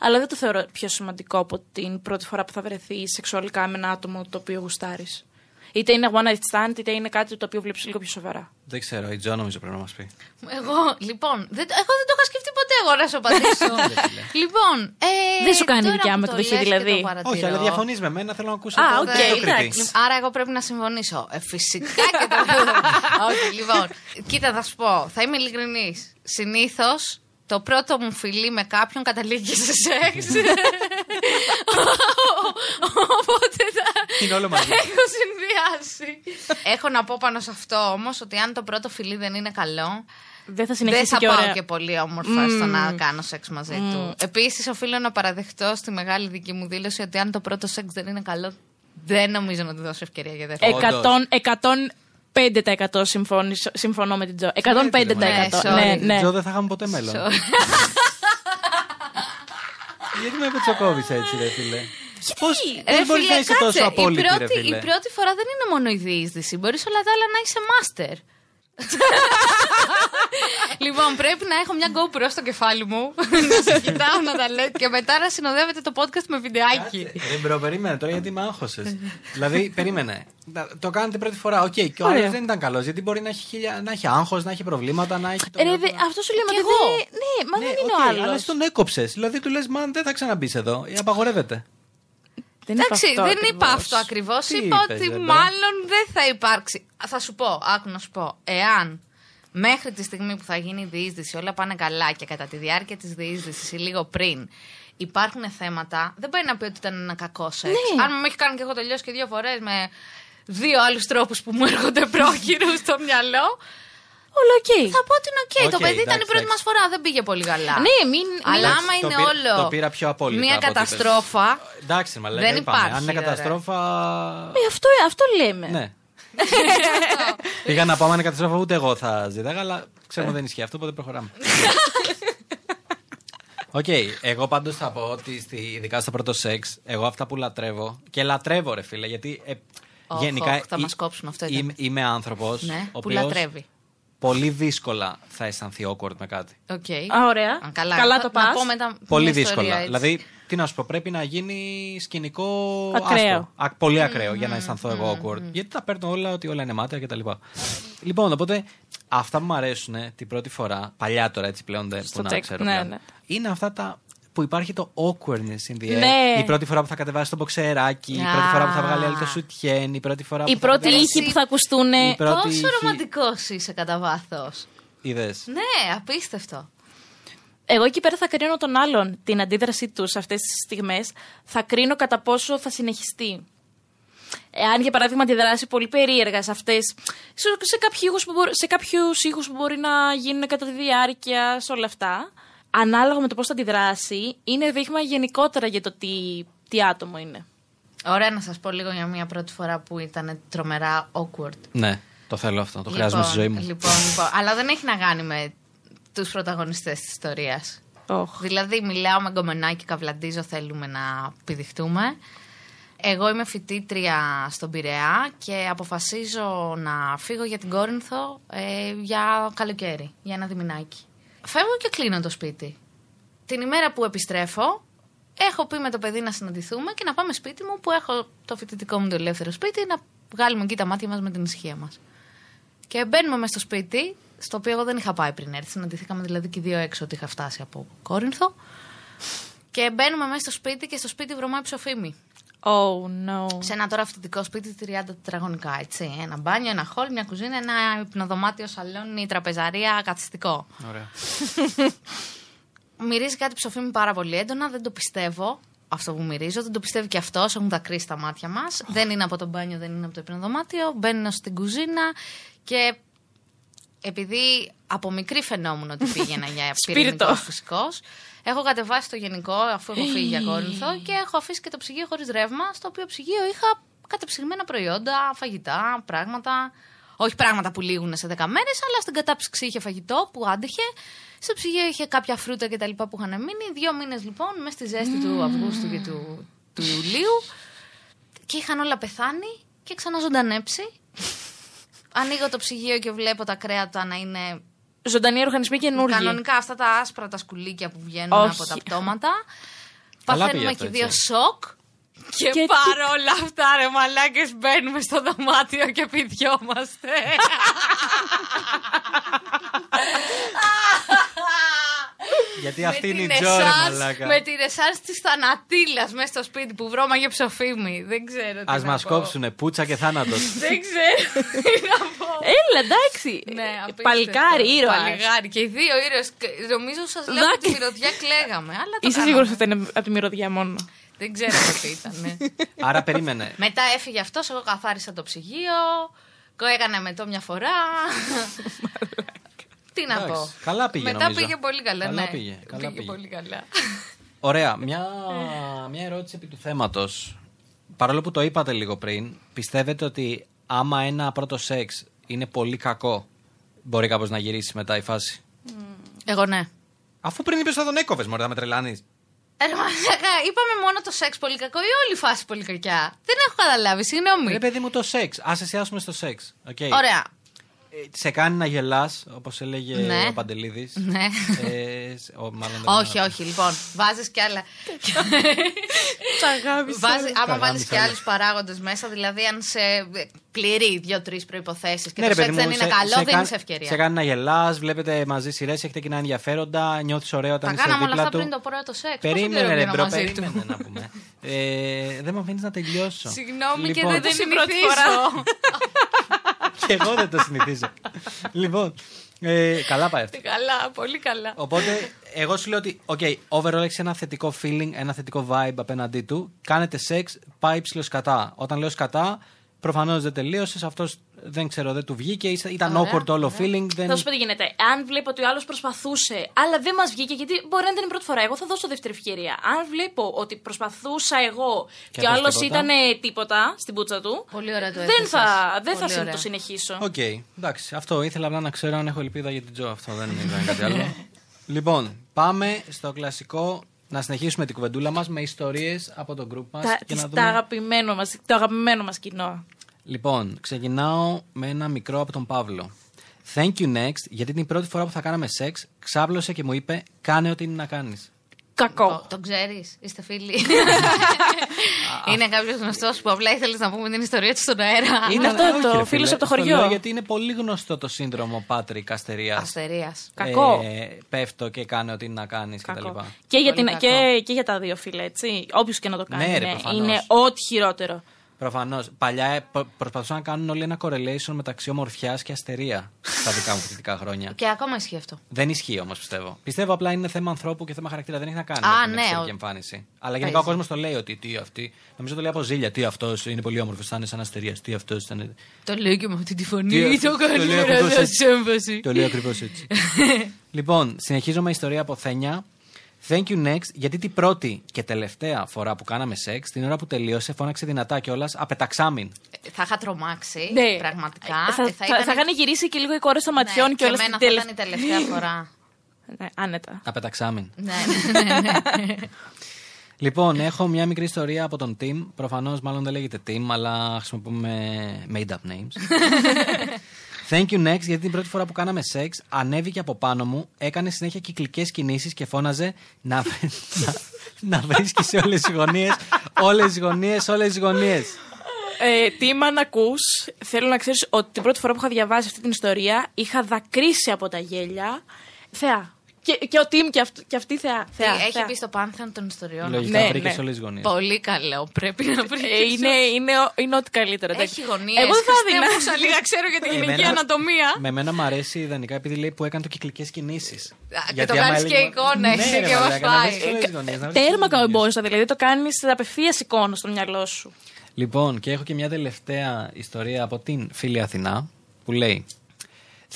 Speaker 3: αλλά δεν το θεωρώ πιο σημαντικό από την πρώτη φορά που θα βρεθείς σεξουαλικά με ένα άτομο το οποίο γουστάρεις. Είτε είναι one night stand, είτε είναι κάτι το οποίο βλέπεις λίγο πιο σοβαρά.
Speaker 2: Δεν ξέρω, η Τζο νομίζω πρέπει να μας πει.
Speaker 4: Εγώ, λοιπόν, δεν, εγώ δεν το είχα σκεφτεί ποτέ εγώ να σου απαντήσω. λοιπόν. Ε,
Speaker 3: Δεν σου κάνει
Speaker 4: τώρα
Speaker 3: δικιά
Speaker 4: που
Speaker 3: με
Speaker 4: το
Speaker 3: το δοχείο,
Speaker 4: λες και
Speaker 3: δηλαδή.
Speaker 4: το παρατηρώ. Λοιπόν,
Speaker 2: Όχι, αλλά διαφωνείς με μένα, θέλω να ακούσω.
Speaker 3: Α,
Speaker 2: το
Speaker 3: οκ,
Speaker 2: δίκιο
Speaker 3: εντάξει.
Speaker 2: κριτής.
Speaker 3: Yes.
Speaker 4: Άρα εγώ πρέπει να συμφωνήσω. Ε, φυσικά και το Όχι, λοιπόν. Κοίτα, θα σου πω. Θα είμαι ειλικρινής. Συνήθως το πρώτο μου φιλί με κάποιον καταλήγει σε σεξ. Οπότε τα,
Speaker 2: Είναι όλο
Speaker 4: τα
Speaker 2: μαζί.
Speaker 4: έχω συνδυάσει. έχω να πω πάνω σε αυτό όμως ότι αν το πρώτο φιλί δεν είναι καλό,
Speaker 3: Δεν θα
Speaker 4: δεν
Speaker 3: συνεχίσει
Speaker 4: θα
Speaker 3: και
Speaker 4: πάω
Speaker 3: ωραία.
Speaker 4: και πολύ όμορφα στο να κάνω σεξ μαζί του. Επίσης, οφείλω να παραδεχτώ στη μεγάλη δική μου δήλωση ότι αν το πρώτο σεξ δεν είναι καλό, δεν νομίζω να του δώσω ευκαιρία για δεύτερο.
Speaker 3: 105% συμφώνησ- συμφωνώ με την Τζο. 105%.
Speaker 4: Ναι, sorry.
Speaker 3: Ναι, ναι.
Speaker 2: Τζο, δεν θα είχαμε ποτέ μέλλον. Γιατί με πετσοκόβεις έτσι, ρε φίλε. Πώς
Speaker 4: Ρε
Speaker 2: Ε, δεν μπορεί
Speaker 4: φίλε,
Speaker 2: να είσαι
Speaker 4: κάτσε,
Speaker 2: τόσο
Speaker 4: η
Speaker 2: απόλυτη, ρε
Speaker 4: πρώτη,
Speaker 2: φίλε.
Speaker 4: η πρώτη φορά δεν είναι μόνο η διείσδυση. Μπορείς όλα τα άλλα να είσαι μάστερ. λοιπόν, πρέπει να έχω μια GoPro στο κεφάλι μου. να σε κοιτάω να τα λέω και μετά να συνοδεύεται το podcast με βιντεάκι.
Speaker 2: Δεν μπρο, περίμενε τώρα γιατί με άγχωσες. δηλαδή, περίμενε. Τα- Το κάνανε την πρώτη φορά. Οκ, και ο άλλο
Speaker 3: Ωραία.
Speaker 2: δεν ήταν καλός. Γιατί μπορεί να έχει, χίλια, να έχει άγχος, να έχει προβλήματα, να έχει. το
Speaker 3: Ε, Ρε,
Speaker 2: ένα, το
Speaker 3: δε,
Speaker 2: άλλο.
Speaker 3: αυτό σου λέει, μα
Speaker 4: Κι
Speaker 3: δεν
Speaker 4: εγώ.
Speaker 3: είναι- Ναι, μα
Speaker 2: Ναι,
Speaker 3: δεν είναι
Speaker 2: οκ,
Speaker 3: ο άλλο.
Speaker 2: Αλλά εσύ τον έκοψες. Δηλαδή του λες, Μαν, δεν θα ξαναμπεί εδώ. Ε, Απαγορεύεται.
Speaker 3: Δεν είπα
Speaker 4: Εντάξει,
Speaker 3: αυτό
Speaker 4: δεν
Speaker 3: ακριβώς.
Speaker 4: είπα αυτό ακριβώς.
Speaker 2: Τι
Speaker 4: Είπα
Speaker 2: είπες,
Speaker 4: ότι
Speaker 2: ρε, μπρο?
Speaker 4: μάλλον δεν θα υπάρξει. Α, Θα σου πω, άκου να σου πω. Εάν μέχρι τη στιγμή που θα γίνει η διείσδυση όλα πάνε καλά και κατά τη διάρκεια της διείσδυσης ή λίγο πριν υπάρχουν θέματα, δεν πάει να πει ότι ήταν ένα κακό σεξ.
Speaker 3: Ναι.
Speaker 4: Αν με έχει κάνει και εγώ τελειώσει και δύο φορές με δύο άλλους τρόπους που μου έρχονται πρόχειρους στο μυαλό,
Speaker 3: Όλα οκ.
Speaker 4: θα πω ότι είναι οκ. το
Speaker 2: Οκ,
Speaker 4: παιδί ήταν η
Speaker 2: εντάξει,
Speaker 4: πρώτη μα
Speaker 2: εντάξει.
Speaker 4: φορά, δεν πήγε πολύ καλά.
Speaker 3: Ναι, μην. μην-
Speaker 4: Αλλά
Speaker 2: Εντάξει,
Speaker 4: άμα
Speaker 2: το
Speaker 4: είναι
Speaker 2: πήρα-
Speaker 4: όλο.
Speaker 2: το πήρα πιο απόλυτα
Speaker 4: Μια
Speaker 2: από ό,τι είπες.
Speaker 4: καταστρόφα.
Speaker 2: Εντάξει, μα
Speaker 4: Δεν
Speaker 2: λέμε. είπαμε.
Speaker 4: υπάρχει,
Speaker 2: Αν είναι
Speaker 4: ρε.
Speaker 2: καταστρόφα.
Speaker 3: Ε, Αυτό, αυτό λέμε.
Speaker 2: Ναι. Πήγα να πάω, αν είναι καταστρόφα, ούτε εγώ θα ζητάγα, αλλά ξέρουμε δεν ισχύει αυτό, οπότε προχωράμε. Οκ, εγώ πάντως θα πω ότι στη, ειδικά στο πρώτο σεξ, εγώ αυτά που λατρεύω και λατρεύω ρε φίλε, γιατί ε,
Speaker 4: Οχ,
Speaker 2: γενικά
Speaker 4: οχ, θα
Speaker 2: ε,
Speaker 4: μας κόψουν, αυτό ήταν.
Speaker 2: είμαι, είμαι άνθρωπος
Speaker 4: Ναι,
Speaker 2: ο
Speaker 4: που
Speaker 2: οποίος
Speaker 4: λατρεύει.
Speaker 2: πολύ δύσκολα θα αισθανθεί awkward με κάτι.
Speaker 4: Οκ.
Speaker 3: Α, ωραία.
Speaker 4: Α, Καλά,
Speaker 3: καλά
Speaker 4: Θα-
Speaker 3: το
Speaker 4: Να
Speaker 3: πας.
Speaker 4: πω μετά
Speaker 2: Πολύ
Speaker 4: μια
Speaker 2: δύσκολα.
Speaker 4: ιστορία, έτσι.
Speaker 2: δηλαδή, τι να σου πω, πρέπει να γίνει σκηνικό.
Speaker 3: Ακραίο.
Speaker 2: άσπρο. Α, πολύ ακραίο για να αισθανθώ εγώ awkward. Γιατί τα παίρνω όλα ότι όλα είναι μάτια κτλ. λοιπόν, οπότε αυτά που μου αρέσουν την πρώτη φορά, παλιά τώρα έτσι πλέον δεν
Speaker 3: Στο
Speaker 2: που να
Speaker 3: τσεκ,
Speaker 2: ξέρω.
Speaker 3: ναι,
Speaker 2: πλέον,
Speaker 3: ναι.
Speaker 2: Είναι αυτά τα που υπάρχει το awkwardness in the air.
Speaker 3: Ναι.
Speaker 2: Η πρώτη φορά που θα κατεβάσει το μποξεράκι, η
Speaker 4: Α.
Speaker 2: πρώτη φορά που θα βγάλει άλλη το σουτιέν, η πρώτη φορά που.
Speaker 3: Οι πρώτοι
Speaker 4: πέσει.
Speaker 3: ήχοι που θα ακουστούν. ε,
Speaker 2: Η πρώτη-
Speaker 4: Πόσο
Speaker 2: είχε-
Speaker 4: ρομαντικός είσαι κατά βάθος.
Speaker 2: Είδες.
Speaker 4: Ναι, απίστευτο.
Speaker 3: Εγώ εκεί πέρα θα κρίνω τον άλλον την αντίδρασή του σε αυτές τις στιγμές. Θα κρίνω κατά πόσο θα συνεχιστεί. Εάν για παράδειγμα αντιδράσει πολύ περίεργα σε αυτές. σε, σε κάποιους ήχους που, μπο- σε κάποιους ήχους που μπορεί να γίνουν κατά τη διάρκεια, σε όλα αυτά. Ανάλογα με το πώς θα αντιδράσει, είναι δείγμα γενικότερα για το τι, τι άτομο είναι.
Speaker 4: Ωραία να σας πω λίγο για μια πρώτη φορά που ήταν τρομερά awkward.
Speaker 2: Ναι, το θέλω αυτό. Το χρειάζομαι στη ζωή μου.
Speaker 4: Λοιπόν, λοιπόν, αλλά δεν έχει να κάνει με τους πρωταγωνιστές της ιστορίας.
Speaker 3: Οχ.
Speaker 4: Δηλαδή, μιλάω με γκομενάκι, καβλαντίζω, θέλουμε να πηδηχτούμε. Εγώ είμαι φοιτήτρια στον Πειραιά και αποφασίζω να φύγω για την Κόρινθο ε, για καλοκαίρι, για ένα διμηνάκι. Φεύγω και κλείνω το σπίτι. Την ημέρα που επιστρέφω, έχω πει με το παιδί να συναντηθούμε και να πάμε σπίτι μου που έχω το φοιτητικό μου το ελεύθερο σπίτι να βγάλουμε εκεί τα μάτια μας με την ησυχία μας. Και μπαίνουμε μέσα στο σπίτι, στο οποίο εγώ δεν είχα πάει πριν έρθει. Συναντηθήκαμε δηλαδή και οι δύο έξω ότι είχα φτάσει από Κόρινθο. Και μπαίνουμε μέσα στο σπίτι και στο σπίτι βρωμάει ψοφίμι.
Speaker 3: Oh no.
Speaker 4: Σε ένα τώρα φοιτητικό σπίτι 30 τετραγωνικά, έτσι. Ένα μπάνιο, ένα χολ, μια κουζίνα, ένα υπνοδωμάτιο, σαλόνι, τραπεζαρία, καθιστικό.
Speaker 2: Ωραία.
Speaker 4: Μυρίζει κάτι ψοφίμι πάρα πολύ έντονα, δεν το πιστεύω αυτό που μυρίζω, δεν το πιστεύει και αυτός, έχουν δακρύσει τα μάτια μας. Δεν είναι από το μπάνιο, δεν είναι από το υπνοδωμάτιο. Μπαίνω στην κουζίνα και επειδή από μικρή φαινόμουν ότι πήγαινα για πυρηνικό
Speaker 3: Σπίριτο.
Speaker 4: φυσικός, έχω κατεβάσει το γενικό αφού έχω φύγει για Κόρινθο και έχω αφήσει και το ψυγείο χωρίς ρεύμα, στο οποίο ψυγείο είχα κατεψυγμένα προϊόντα, φαγητά, πράγματα. Όχι πράγματα που λήγουν σε 10 μέρες, αλλά στην κατάψυξη είχε φαγητό που άντυχε. Στο ψυγείο είχε κάποια φρούτα και τα λοιπά που είχαν μείνει. Δύο μήνες λοιπόν, μέσα στη ζέστη του Αυγούστου και του, του Ιουλίου. Και είχαν όλα πεθάνει και ξαναζωντανέψει. Ανοίγω το ψυγείο και βλέπω τα κρέατα να είναι
Speaker 3: Ζωντανοί οργανισμοί καινούργιοι.
Speaker 4: κανονικά αυτά τα άσπρα τα σκουλίκια που βγαίνουν
Speaker 3: Όχι.
Speaker 4: από τα πτώματα.
Speaker 2: Καλά
Speaker 4: Παθαίνουμε
Speaker 2: πήγε
Speaker 4: και
Speaker 2: αυτό,
Speaker 4: δύο
Speaker 2: έτσι.
Speaker 4: σοκ. Και,
Speaker 3: Και
Speaker 4: παρόλα αυτά, ρε μαλάκες, μπαίνουμε στο δωμάτιο και πηδιόμαστε.
Speaker 2: Γιατί αυτή είναι η
Speaker 4: την
Speaker 2: Τζόρε,
Speaker 4: εσάρς-
Speaker 2: μαλάκα.
Speaker 4: Με την εσάρ της θανατήλας μέσα στο σπίτι που βρώμαγε ψοφίμη. Δεν ξέρω. τι
Speaker 2: Ας
Speaker 4: να
Speaker 2: μας
Speaker 4: πω.
Speaker 2: κόψουνε πούτσα και θάνατος.
Speaker 4: Δεν ξέρω τι να πω.
Speaker 3: Έλα, εντάξει.
Speaker 4: Ναι,
Speaker 3: Ε,
Speaker 4: απίστευτο.
Speaker 3: Παλικάρι, ήρωας.
Speaker 4: Παλικάρι. Και οι δύο ήρωες. Νομίζω σας λέω ότι
Speaker 3: Δάκρυ.
Speaker 4: τη μυρωδιά κλαίγαμε. Αλλά το
Speaker 3: Είσαι
Speaker 4: κάναμε.
Speaker 3: σίγουρος ότι θα είναι από τη μυρωδιά μόνο.
Speaker 4: Δεν ξέρω το τι ήταν. ναι.
Speaker 2: Άρα περίμενε.
Speaker 4: Μετά έφυγε αυτός, εγώ καθάρισα το ψυγείο. Το έκανα με το μια φορά. τι να
Speaker 2: Εντάξει,
Speaker 4: πω.
Speaker 2: καλά πήγε,
Speaker 4: Μετά
Speaker 2: νομίζω.
Speaker 4: πήγε πολύ καλά.
Speaker 2: Καλά
Speaker 4: ναι.
Speaker 2: πήγε, καλά πήγε.
Speaker 4: πολύ καλά.
Speaker 2: Ωραία. Μια,
Speaker 4: Ε.
Speaker 2: μια ερώτηση επί του θέματος. Παρόλο που το είπατε λίγο πριν, πιστεύετε ότι άμα ένα πρώτο σεξ είναι πολύ κακό, μπορεί κάπως να γυρίσει μετά η φάση.
Speaker 4: Εγώ ναι.
Speaker 2: Αφού πριν είπες ότι θα τον έκοβες, Μωρή, θα με τρελάνεις.
Speaker 4: Ρε μαλάκα, είπαμε μόνο το σεξ πολύ κακό ή όλη η φάση πολύ κακιά. Δεν έχω καταλάβει, συγγνώμη.
Speaker 2: Ρε παιδί μου το σεξ. Ας εστιάσουμε στο σεξ. οκ.
Speaker 4: Ναι. Ωραία.
Speaker 2: Ε, σε κάνει να γελάς, όπως έλεγε
Speaker 4: Ναι.
Speaker 2: ο Παντελίδης.
Speaker 4: Ναι.
Speaker 2: Ε, σ- ο, μάλλον δεν
Speaker 4: όχι,
Speaker 2: είναι.
Speaker 4: όχι, λοιπόν. Βάζεις κι άλλα.
Speaker 3: Τ' αγάπησα.
Speaker 4: Βάζεις, άμα
Speaker 2: Καλά,
Speaker 4: βάλεις
Speaker 2: μισό
Speaker 4: και άλλους παράγοντες μέσα, δηλαδή αν σε πληρεί δύο-τρει προποθέσει και
Speaker 2: Ναι, ρε
Speaker 4: το σεξ
Speaker 2: παιδί
Speaker 4: δεν
Speaker 2: μου,
Speaker 4: είναι
Speaker 2: σε- σε
Speaker 4: καλό,
Speaker 2: κάν-
Speaker 4: δίνει ευκαιρία.
Speaker 2: Σε κάνει να γελάς, βλέπετε μαζί σειρές, έχετε κοινά ενδιαφέροντα, νιώθεις ωραίο
Speaker 4: Τα
Speaker 2: όταν είσαι
Speaker 4: κάναμε όλα
Speaker 2: δίπλα
Speaker 4: αυτά
Speaker 2: του.
Speaker 4: πριν το πρώτο σεξ.
Speaker 2: Περίμενε,
Speaker 4: Πόσο
Speaker 2: ρε
Speaker 4: καιρό
Speaker 2: μπρο,
Speaker 4: μπρο, μαζί του.
Speaker 2: περίμενε να πούμε. Ε, δεν μου αφήνεις να τελειώσω.
Speaker 4: Συγγνώμη
Speaker 2: Λοιπόν,
Speaker 4: και δεν
Speaker 3: είναι
Speaker 4: την
Speaker 3: η πρώτη
Speaker 4: φορά.
Speaker 2: και εγώ δεν το συνηθίζω. λοιπόν, ε, καλά πάει αυτό.
Speaker 4: καλά, πολύ καλά.
Speaker 2: Οπότε, εγώ σου λέω ότι, OK, overall έχεις ένα θετικό feeling, ένα θετικό vibe απέναντί του. Κάνετε σεξ, πάει ψηλός σκατά. Όταν λέω σκατά, προφανώς δεν τελείωσες. Αυτός δεν ξέρω, δεν του βγήκε. ίσα- Ήταν
Speaker 4: Ωραία,
Speaker 2: awkward όλο feeling. Δεν...
Speaker 3: Θα σου πω τι γίνεται. Αν βλέπω ότι ο άλλος προσπαθούσε, αλλά δεν μας βγήκε, γιατί μπορεί να ήταν η πρώτη φορά, εγώ θα δώσω δεύτερη ευκαιρία. Αν βλέπω ότι προσπαθούσα εγώ και, ο
Speaker 2: έδωσε
Speaker 3: άλλος
Speaker 2: τίποτα.
Speaker 3: ήταν τίποτα στην πούτσα του.
Speaker 4: Πολύ ωραία το
Speaker 3: δεν
Speaker 4: έθεσες.
Speaker 3: θα, δεν θα
Speaker 4: Πολύ
Speaker 3: συν-
Speaker 4: ωραία.
Speaker 3: το συνεχίσω.
Speaker 2: Οκ, εντάξει. Αυτό ήθελα απλά να ξέρω αν έχω ελπίδα για την Τζο. Αυτό δεν ήταν κάτι άλλο. λοιπόν, πάμε στο κλασικό να συνεχίσουμε την κουβεντούλα μας με ιστορίες από τον group μας.
Speaker 3: Τα, τις- τα αγαπημένο μας, το αγαπημένο μας κοινό.
Speaker 2: Λοιπόν, ξεκινάω με ένα μικρό από τον Παύλο. Thank you next, γιατί την πρώτη φορά που θα κάναμε σεξ, ξάπλωσε και μου είπε: Κάνε ό,τι είναι να κάνεις.
Speaker 3: Κακό.
Speaker 4: Το ξέρεις, είστε φίλοι. είναι κάποιος γνωστός που απλά ήθελες να πούμε την ιστορία του στον αέρα.
Speaker 3: αυτό το φίλος από το χωριό.
Speaker 2: γιατί είναι πολύ γνωστό το σύνδρομο Πάτρη Καστερία.
Speaker 4: Αστερία.
Speaker 3: Κακό.
Speaker 2: πέφτω και κάνε ό,τι είναι να κάνεις κτλ.
Speaker 3: Κακό. Και, για
Speaker 4: Πολύ
Speaker 3: την, και, και για τα δύο φίλα, έτσι. Όποιος και να το κάνει.
Speaker 2: Ναι, ρε,
Speaker 3: ναι.
Speaker 2: προφανώς.
Speaker 3: είναι ό,τι χειρότερο.
Speaker 2: Προφανώς. Παλιά ε, προ- προσπαθούσαν να κάνουν όλοι ένα correlation μεταξύ ομορφιάς και αστερία στα δικά μου φοιτητικά χρόνια.
Speaker 4: Και ακόμα ισχύει αυτό.
Speaker 2: Δεν ισχύει όμως, πιστεύω. Πιστεύω απλά είναι θέμα ανθρώπου και θέμα χαρακτήρα. Δεν έχει να κάνει
Speaker 4: Α,
Speaker 2: με την
Speaker 4: ναι,
Speaker 2: εξωτερική
Speaker 4: ο-
Speaker 2: εμφάνιση. Αλλά γενικά ο κόσμος το λέει ότι τι αυτή. Νομίζω το λέει από ζήλια. Τι αυτός είναι πολύ όμορφος, θα είναι σαν αστερίας. Τι αυτός ήταν.
Speaker 4: Το λέω και με αυτή τη
Speaker 2: Τι
Speaker 4: φωνή.
Speaker 2: αυτό-
Speaker 4: Το
Speaker 2: το
Speaker 4: κάνει
Speaker 2: λέω
Speaker 4: με
Speaker 2: ακριβώς
Speaker 4: ρόλο
Speaker 2: έτσι.
Speaker 4: σύμβαση.
Speaker 2: Το λέω ακριβώς έτσι. λοιπόν, συνεχίζω με ιστορία από Θένια. Thank you next, γιατί την πρώτη και τελευταία φορά που κάναμε σεξ, την ώρα που τελείωσε, φώναξε δυνατά κιόλας απεταξάμιν.
Speaker 4: Θα είχα τρομάξει.
Speaker 3: Ναι.
Speaker 4: Πραγματικά.
Speaker 3: Ε, Θα,
Speaker 4: Ε,
Speaker 3: θα, θα, είχαν γυρίσει και λίγο οι κόρες των
Speaker 4: Ναι,
Speaker 3: ματιών και όλα
Speaker 4: εμένα
Speaker 3: στην
Speaker 4: θα ήταν
Speaker 3: τέλη.
Speaker 4: η τελευταία φορά.
Speaker 3: Ναι, άνετα.
Speaker 2: Απεταξάμιν.
Speaker 4: ναι, ναι, ναι, ναι.
Speaker 2: Λοιπόν, έχω μια μικρή ιστορία από τον Tim. Προφανώς, μάλλον δεν λέγεται Tim, αλλά χρησιμοποιούμε made-up names. Thank you next, γιατί την πρώτη φορά που κάναμε σεξ, ανέβηκε από πάνω μου, έκανε συνέχεια κυκλικές κινήσεις και φώναζε να, βρ- να, να βρίσκεις σε όλε τι γωνίες, όλες τι γωνίες, όλες τι γωνίες.
Speaker 3: Ε, τι είμαι αν ακού, θέλω να ξέρεις ότι την πρώτη φορά που είχα διαβάσει αυτή την ιστορία είχα δακρύσει από τα γέλια. Θεά. Και, και ο Τιμ και, αυτ, και αυτή θεά. θεά
Speaker 4: Έχει
Speaker 3: θεά.
Speaker 4: μπει στο πάνθεον των ιστοριών.
Speaker 2: Λογικά
Speaker 3: Ναι,
Speaker 2: βρήκες
Speaker 3: ναι.
Speaker 2: όλες τι γωνίες.
Speaker 4: Πολύ καλό. Πρέπει να βρει.
Speaker 3: Ε, είναι, είναι, ο- είναι ό,τι καλύτερο. εντάξει.
Speaker 4: Έχει γωνίες.
Speaker 3: Εγώ δεν θα έδινα.
Speaker 4: λίγα ξέρω για την γενική
Speaker 2: Εμένα-
Speaker 4: ανατομία.
Speaker 2: Με μένα μου αρέσει ιδανικά επειδή λέει που έκανε το κυκλικές κινήσεις.
Speaker 4: και το κάνεις και
Speaker 2: Ναι,
Speaker 4: εικόνα, εσύ, και μας πάει.
Speaker 3: Τέρμα καμπόζα, δηλαδή το κάνεις απευθείας εικόνα στο μυαλό σου.
Speaker 2: Λοιπόν, και έχω και μια τελευταία ιστορία από την φίλη Αθηνά που λέει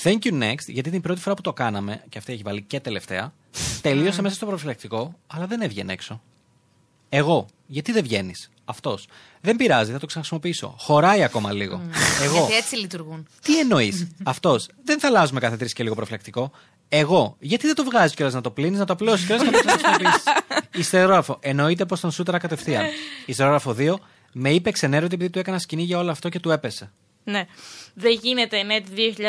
Speaker 2: Thank you next, γιατί την πρώτη φορά που το κάναμε, και αυτή έχει βάλει και τελευταία, τελείωσε μέσα στο προφυλακτικό, αλλά δεν έβγαινε έξω. Εγώ, γιατί δεν βγαίνεις. Αυτός. Δεν πειράζει, θα το ξαναχρησιμοποιήσω. Χωράει ακόμα λίγο. Εγώ.
Speaker 4: Mm. Γιατί έτσι λειτουργούν.
Speaker 2: Τι εννοείς αυτός. Δεν θα αλλάζουμε κάθε τρεις και λίγο προφυλακτικό. Εγώ. Γιατί δεν το βγάζεις κιόλας να το πλύνεις, να το απλώσεις κιόλας και να το χρησιμοποιήσει. Ιστερόγραφο. Εννοείται πως τον σούταρα κατευθείαν. Ιστερόγραφο 2. Με είπε ξενέρωτη επειδή του έκανα σκηνή για όλο αυτό και του έπεσε.
Speaker 3: Ναι. Δεν γίνεται net 2020-2021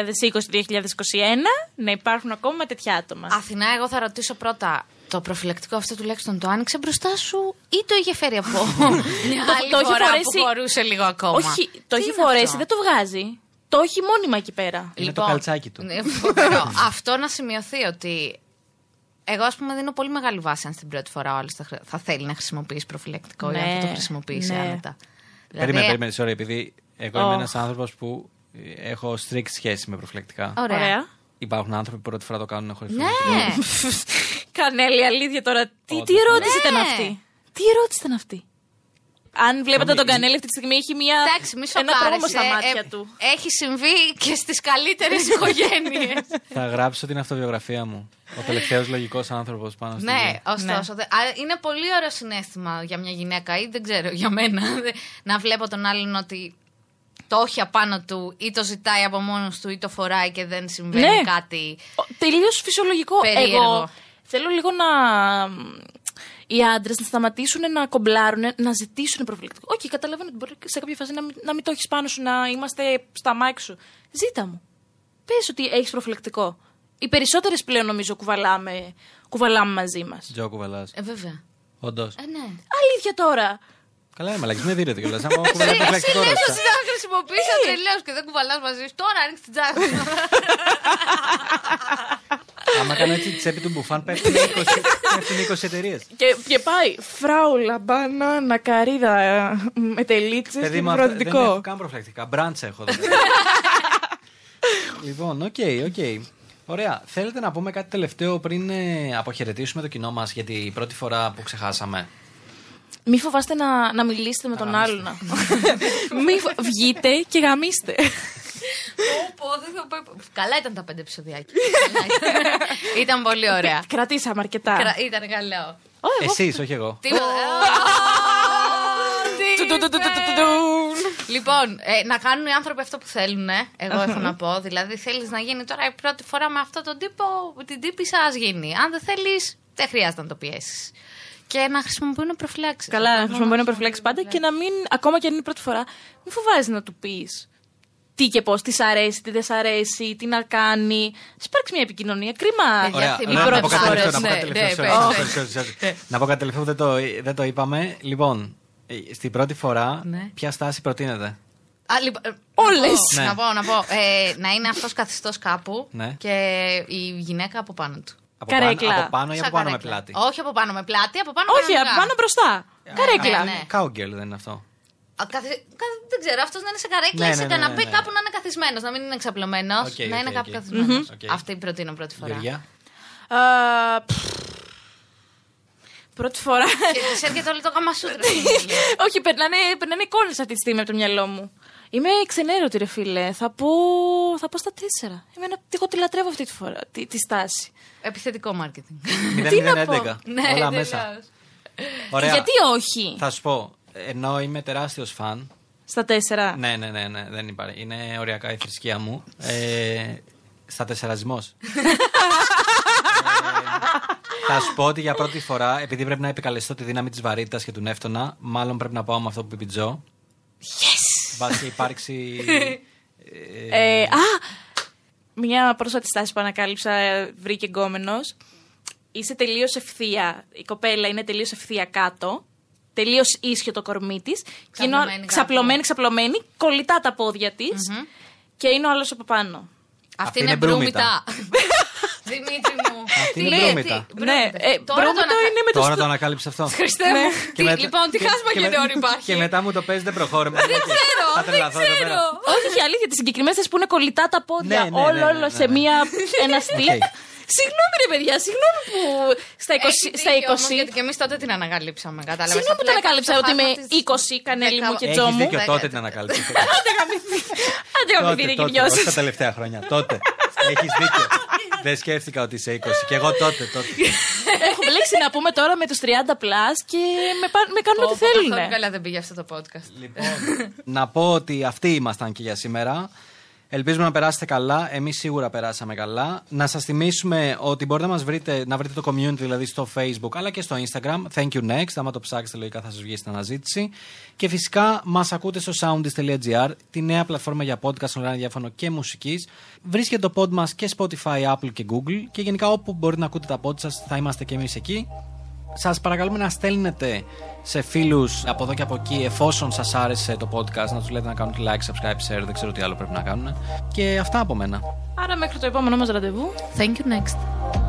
Speaker 3: να υπάρχουν ακόμα τέτοια άτομα.
Speaker 4: Αθηνά, εγώ θα ρωτήσω πρώτα. Το προφυλακτικό αυτό τουλάχιστον το άνοιξε μπροστά σου ή το είχε φέρει από. Μια
Speaker 3: Το-
Speaker 4: άλλη
Speaker 3: το έχει
Speaker 4: φορά
Speaker 3: φορέσει-
Speaker 4: που χωρούσε λίγο ακόμα.
Speaker 3: Όχι, το
Speaker 4: Τι
Speaker 3: έχει
Speaker 4: είναι
Speaker 3: φορέσει,
Speaker 4: αυτό?
Speaker 3: δεν το βγάζει. Το έχει
Speaker 4: Λοιπόν,
Speaker 3: μόνιμα εκεί πέρα.
Speaker 2: Είναι το καλτσάκι του.
Speaker 4: ναι, φοβερό. αυτό να σημειωθεί ότι Εγώ, ας πούμε, δίνω πολύ μεγάλη βάση αν στην πρώτη φορά ο άλλος θα, χρη- θα θέλει να χρησιμοποιήσει προφυλακτικό ή αν
Speaker 3: Ναι,
Speaker 4: θα το χρησιμοποιήσει
Speaker 3: ναι.
Speaker 4: άνετα. Δηλαδή-
Speaker 2: Περίμενε, περίμενε, sorry, επειδή εγώ
Speaker 3: Oh.
Speaker 2: είμαι ένας άνθρωπος που ε, έχω strict σχέση με προφυλακτικά.
Speaker 4: Ωραία.
Speaker 2: Υπάρχουν άνθρωποι που πρώτη φορά το κάνουν χωρίς
Speaker 4: Ναι.
Speaker 3: Κανέλη, αλήθεια τώρα. Τι,
Speaker 2: Όντως.
Speaker 3: τι ερώτηση
Speaker 4: Ναι.
Speaker 3: ήταν αυτή. Τι ερώτηση ήταν αυτή. Αν βλέπετε τον Κανέλη αυτή τη στιγμή έχει μια.
Speaker 4: Εντάξει, μη
Speaker 3: ένα τρόμο
Speaker 4: σοκάρεσαι.
Speaker 3: στα μάτια
Speaker 4: Ε,
Speaker 3: του.
Speaker 4: Έχει συμβεί και στις καλύτερες οικογένειες.
Speaker 2: Θα γράψω την αυτοβιογραφία μου. Ο τελευταίος λογικός άνθρωπος πάνω στην
Speaker 4: ναι,
Speaker 2: γη.
Speaker 4: ωστόσο. δε- α, Είναι πολύ ωραίο συνέστημα για μια γυναίκα ή δεν ξέρω για μένα δε- να βλέπω τον άλλον ότι το έχει απάνω του ή το ζητάει από μόνος του ή το φοράει και δεν συμβαίνει
Speaker 3: Ναι.
Speaker 4: κάτι.
Speaker 3: Τελείως φυσιολογικό.
Speaker 4: Περίεργο.
Speaker 3: Εγώ θέλω λίγο να. Οι άντρες να σταματήσουν να κομπλάρουν, να ζητήσουν προφυλακτικό. Όχι, καταλαβαίνω ότι μπορεί σε κάποια φάση να μην, να μην το έχεις πάνω σου, να είμαστε στα μάξι σου. Ζήτα μου. Πες ότι έχεις προφυλακτικό. Οι περισσότερες πλέον νομίζω κουβαλάμε, κουβαλάμε μαζί μας.
Speaker 2: Τζο κουβαλάς.
Speaker 4: Ε, βέβαια.
Speaker 2: Όντως.
Speaker 4: Ε, ναι.
Speaker 3: Αλήθεια τώρα.
Speaker 2: Καλά, είμαι αλλαγή. Με δίνετε κιόλας. Αν μου
Speaker 4: Εσύ
Speaker 2: κουβαλάει προφυλακτικό
Speaker 4: λες
Speaker 2: Ε, ρώτησα.
Speaker 4: ότι θα χρησιμοποιήσω τελείω και δεν κουβαλάς μαζί σου. Τώρα ανοίξει την τσάντα.
Speaker 2: Άμα κάνω έτσι τσέπη του μπουφάν, πέφτουν 20, πέφτουν 20 εταιρείες.
Speaker 3: Και, και πάει φράουλα, μπάνα, νακαρίδα, με τελίτσες
Speaker 2: Παιδί
Speaker 3: και
Speaker 2: μου, αυτά- δεν έχω
Speaker 3: προφυλακτικό.
Speaker 2: καν προφυλακτικά. Μπραντ έχω εδώ. λοιπόν, οκ, οκ. Ωραία. Θέλετε να πούμε κάτι τελευταίο πριν ε, αποχαιρετήσουμε το κοινό μας για την πρώτη φορά που ξεχάσαμε.
Speaker 3: Μη φοβάστε να, να μιλήσετε με τον άλλον. Μη φο- βγείτε και γαμίστε.
Speaker 4: Καλά ήταν τα πέντε επεισοδιάκια. Καλά ήταν. Ήταν πολύ ωραία.
Speaker 3: Κρατήσαμε αρκετά.
Speaker 4: Κρα- Ήταν καλό.
Speaker 2: Εσείς, όχι εγώ.
Speaker 4: Τι- Τι
Speaker 3: Του- του- του- του- του- του-
Speaker 4: είπε.
Speaker 3: του.
Speaker 4: Λοιπόν, ε, να κάνουν οι άνθρωποι αυτό που θέλουν, ε. εγώ έχω να πω. Δηλαδή, θέλεις να γίνει τώρα η πρώτη φορά με αυτόν τον τύπο, την τύπη σας γίνει. Αν δεν θέλεις, δεν χρειάζεται να το πιέσεις. Και να χρησιμοποιούν προφυλάξεις.
Speaker 3: Καλά, να χρησιμοποιούμε να προφυλάξεις πάντα και να μην, ακόμα και αν είναι η πρώτη φορά, μην φοβάζει να του πεις τι και πώς, τις σ' αρέσει, τι δεν σ' αρέσει, τι να κάνει. Ας υπάρξει μια επικοινωνία. Κρίμα.
Speaker 4: Παιδιά,
Speaker 2: Ωραία,
Speaker 4: θυμάμαι
Speaker 2: ωραία, να πω
Speaker 4: πρώτες
Speaker 2: κάτι
Speaker 4: φορές,
Speaker 2: τελευταίο, να πω κάτι τελευταίο, sorry,
Speaker 4: ναι, ναι, πες,
Speaker 2: sorry, sorry, sorry. Να πω κάτι τελευταίο που δεν το, δεν το είπαμε. Λοιπόν, ε, στην πρώτη φορά,
Speaker 4: Ναι.
Speaker 2: ποια στάση προτείνεται.
Speaker 4: Α, λοιπόν, ε,
Speaker 3: Όλες.
Speaker 4: να
Speaker 2: Ναι.
Speaker 4: πω, Να πω, να πω. Ε, να είναι αυτός καθιστός κάπου
Speaker 2: Ναι.
Speaker 4: και η γυναίκα από πάνω του.
Speaker 2: Από
Speaker 3: Καρέκλα.
Speaker 2: πάνω, από πάνω Ναι, ή
Speaker 4: Σαν
Speaker 2: από πάνω με
Speaker 4: καρέκλα.
Speaker 2: πλάτη.
Speaker 4: Όχι από πάνω με πλάτη, από πάνω
Speaker 3: Όχι,
Speaker 4: κανονικά.
Speaker 3: απ' πάνω μπροστά.
Speaker 4: ναι, ναι.
Speaker 3: Καρέκλα.
Speaker 2: Cowgirl δεν είναι αυτό.
Speaker 4: Α, καθι- κα- Δεν ξέρω, αυτός να είναι σε καρέκλα
Speaker 2: Ναι,
Speaker 4: ή σε
Speaker 2: ναι, ναι, ναι,
Speaker 4: καναπέ,
Speaker 2: ναι.
Speaker 4: κάπου να είναι καθισμένος, να μην είναι εξαπλωμένος.
Speaker 2: Οκ,
Speaker 4: να
Speaker 2: οκ,
Speaker 4: είναι
Speaker 2: οκ.
Speaker 4: κάπου καθισμένος.
Speaker 2: Οκ.
Speaker 4: Αυτή προτείνω πρώτη φορά.
Speaker 2: Γεωργιά.
Speaker 3: Α, Ε, πφ. Πρώτη φορά.
Speaker 4: Και της έρχεται όλο το γάμα σούτρα.
Speaker 3: Όχι, περνάνε, περνάνε εικόνες αυτή τη στιγμή από το μυαλό μου. Είμαι ξενέρωτη, ρε φίλε. Θα πω, θα πω στα τέσσερα. Είμαι ένα- Εγώ τη λατρεύω αυτή τη φορά, τη, τη στάση.
Speaker 4: Επιθετικό μάρκετινγκ.
Speaker 3: Τι να πω. Ναι, Ε,
Speaker 2: 0011. Όλα μέσα.
Speaker 4: τελείως.
Speaker 2: Ωραία.
Speaker 3: Γιατί όχι.
Speaker 2: Θα σου πω, ενώ είμαι τεράστιος φαν.
Speaker 3: Στα τέσσερα.
Speaker 2: Ναι, ναι, ναι, ναι, δεν υπάρχει. Είναι οριακά η θρησκεία μου. Ε, στα τεσσερασμός. Θα σου πω ότι για πρώτη φορά, επειδή πρέπει να επικαλεστώ τη δύναμη της βαρύτητας και του νεύτωνα, μάλλον πρέπει να πάω με αυτό που είπε η Τζο. Yes! Μπα και υπάρξει.
Speaker 3: Ε, α! Μια πρόσφατη στάση που ανακάλυψα ε, βρήκε γκόμενος. Είσαι τελείως ευθεία. Η κοπέλα είναι τελείως ευθεία κάτω. Τελείως ίσιο το κορμί της.
Speaker 4: Ξαπλωμένη κάτω.
Speaker 3: ξαπλωμένη, ξαπλωμένη, κολλητά τα πόδια της. Και είναι ο άλλος από πάνω.
Speaker 4: Αυτή είναι μπρούμητα. Δημήτρη μου.
Speaker 2: Αυτή είναι
Speaker 4: Τι-
Speaker 2: μπρούμητα.
Speaker 4: τι- μπρούμητα.
Speaker 3: Ναι, ε,
Speaker 4: Τώρα το
Speaker 3: μπρούμητα
Speaker 4: ανα-
Speaker 3: είναι με το
Speaker 2: Τώρα
Speaker 3: στ-
Speaker 2: το ανακάλυψε αυτό.
Speaker 4: Χριστέ μου. Τι-
Speaker 2: μετά-
Speaker 4: Λοιπόν, τι χάσμα
Speaker 2: και με-
Speaker 4: γενναιών υπάρχει.
Speaker 2: Και μετά μου το παίζει, δεν προχώρημα. Δεν
Speaker 4: ξέρω, δεν ξέρω.
Speaker 3: Όχι, η αλήθεια, τις συγκεκριμένες που είναι κολλητά τα πόδια.
Speaker 2: Ναι, ναι,
Speaker 3: όλο,
Speaker 2: ναι, ναι,
Speaker 3: όλο
Speaker 2: ναι,
Speaker 3: σε
Speaker 2: ναι.
Speaker 3: μία. ένα στυλ.
Speaker 2: Οκ.
Speaker 3: Συγγνώμη, ρε παιδιά, συγγνώμη που στα 20.
Speaker 4: Έχεις
Speaker 3: στα
Speaker 4: δίκιο όμως,
Speaker 3: 20
Speaker 4: Γιατί και εμείς τότε την ανακαλύψαμε. Κατάλαβες.
Speaker 3: Συγγνώμη που τα ανακάλυψα ότι είμαι 20, κανέλη μου και
Speaker 4: Έχεις
Speaker 3: τζο
Speaker 2: Έχει
Speaker 3: μου.
Speaker 2: δίκιο
Speaker 4: Δέκα,
Speaker 2: τότε
Speaker 4: δέκα.
Speaker 2: την ανακάλυψες.
Speaker 3: Άντε γαμηθεί. Άντε γαμηθεί,
Speaker 2: τότε,
Speaker 3: δεν
Speaker 2: τότε, όχι
Speaker 3: κυριώσει.
Speaker 2: τα τελευταία χρόνια. τότε. Έχεις δίκιο. Δεν σκέφτηκα ότι είσαι 20. Και εγώ τότε, τότε.
Speaker 3: Έχω μπλέξει να πούμε τώρα με τους 30 plus και με, πα- με κάνουν ό,τι θέλουν.
Speaker 4: Καλά δεν πήγε αυτό το podcast.
Speaker 2: Λοιπόν, να πω ότι αυτοί ήμασταν και για σήμερα. Ελπίζουμε να περάσετε καλά. Εμείς σίγουρα περάσαμε καλά. Να σας θυμίσουμε ότι μπορείτε να μας βρείτε, να βρείτε το community δηλαδή στο Facebook αλλά και στο Instagram. Thank you next. Άμα το ψάξετε, λογικά θα σας βγει στην αναζήτηση. Και φυσικά μας ακούτε στο soundis.gr, τη νέα πλατφόρμα για podcast, online διάφωνο και μουσικής. Βρίσκεται το pod μας και Spotify, Apple και Google. Και γενικά όπου μπορείτε να ακούτε τα pod σας, θα είμαστε και εμείς εκεί. Σας παρακαλούμε να στέλνετε σε φίλους από εδώ και από εκεί εφόσον σας άρεσε το podcast να τους λέτε να κάνουν like, subscribe, share, δεν ξέρω τι άλλο πρέπει να κάνουν. Και αυτά από μένα.
Speaker 3: Άρα μέχρι το επόμενό μας ραντεβού.
Speaker 4: Thank you next.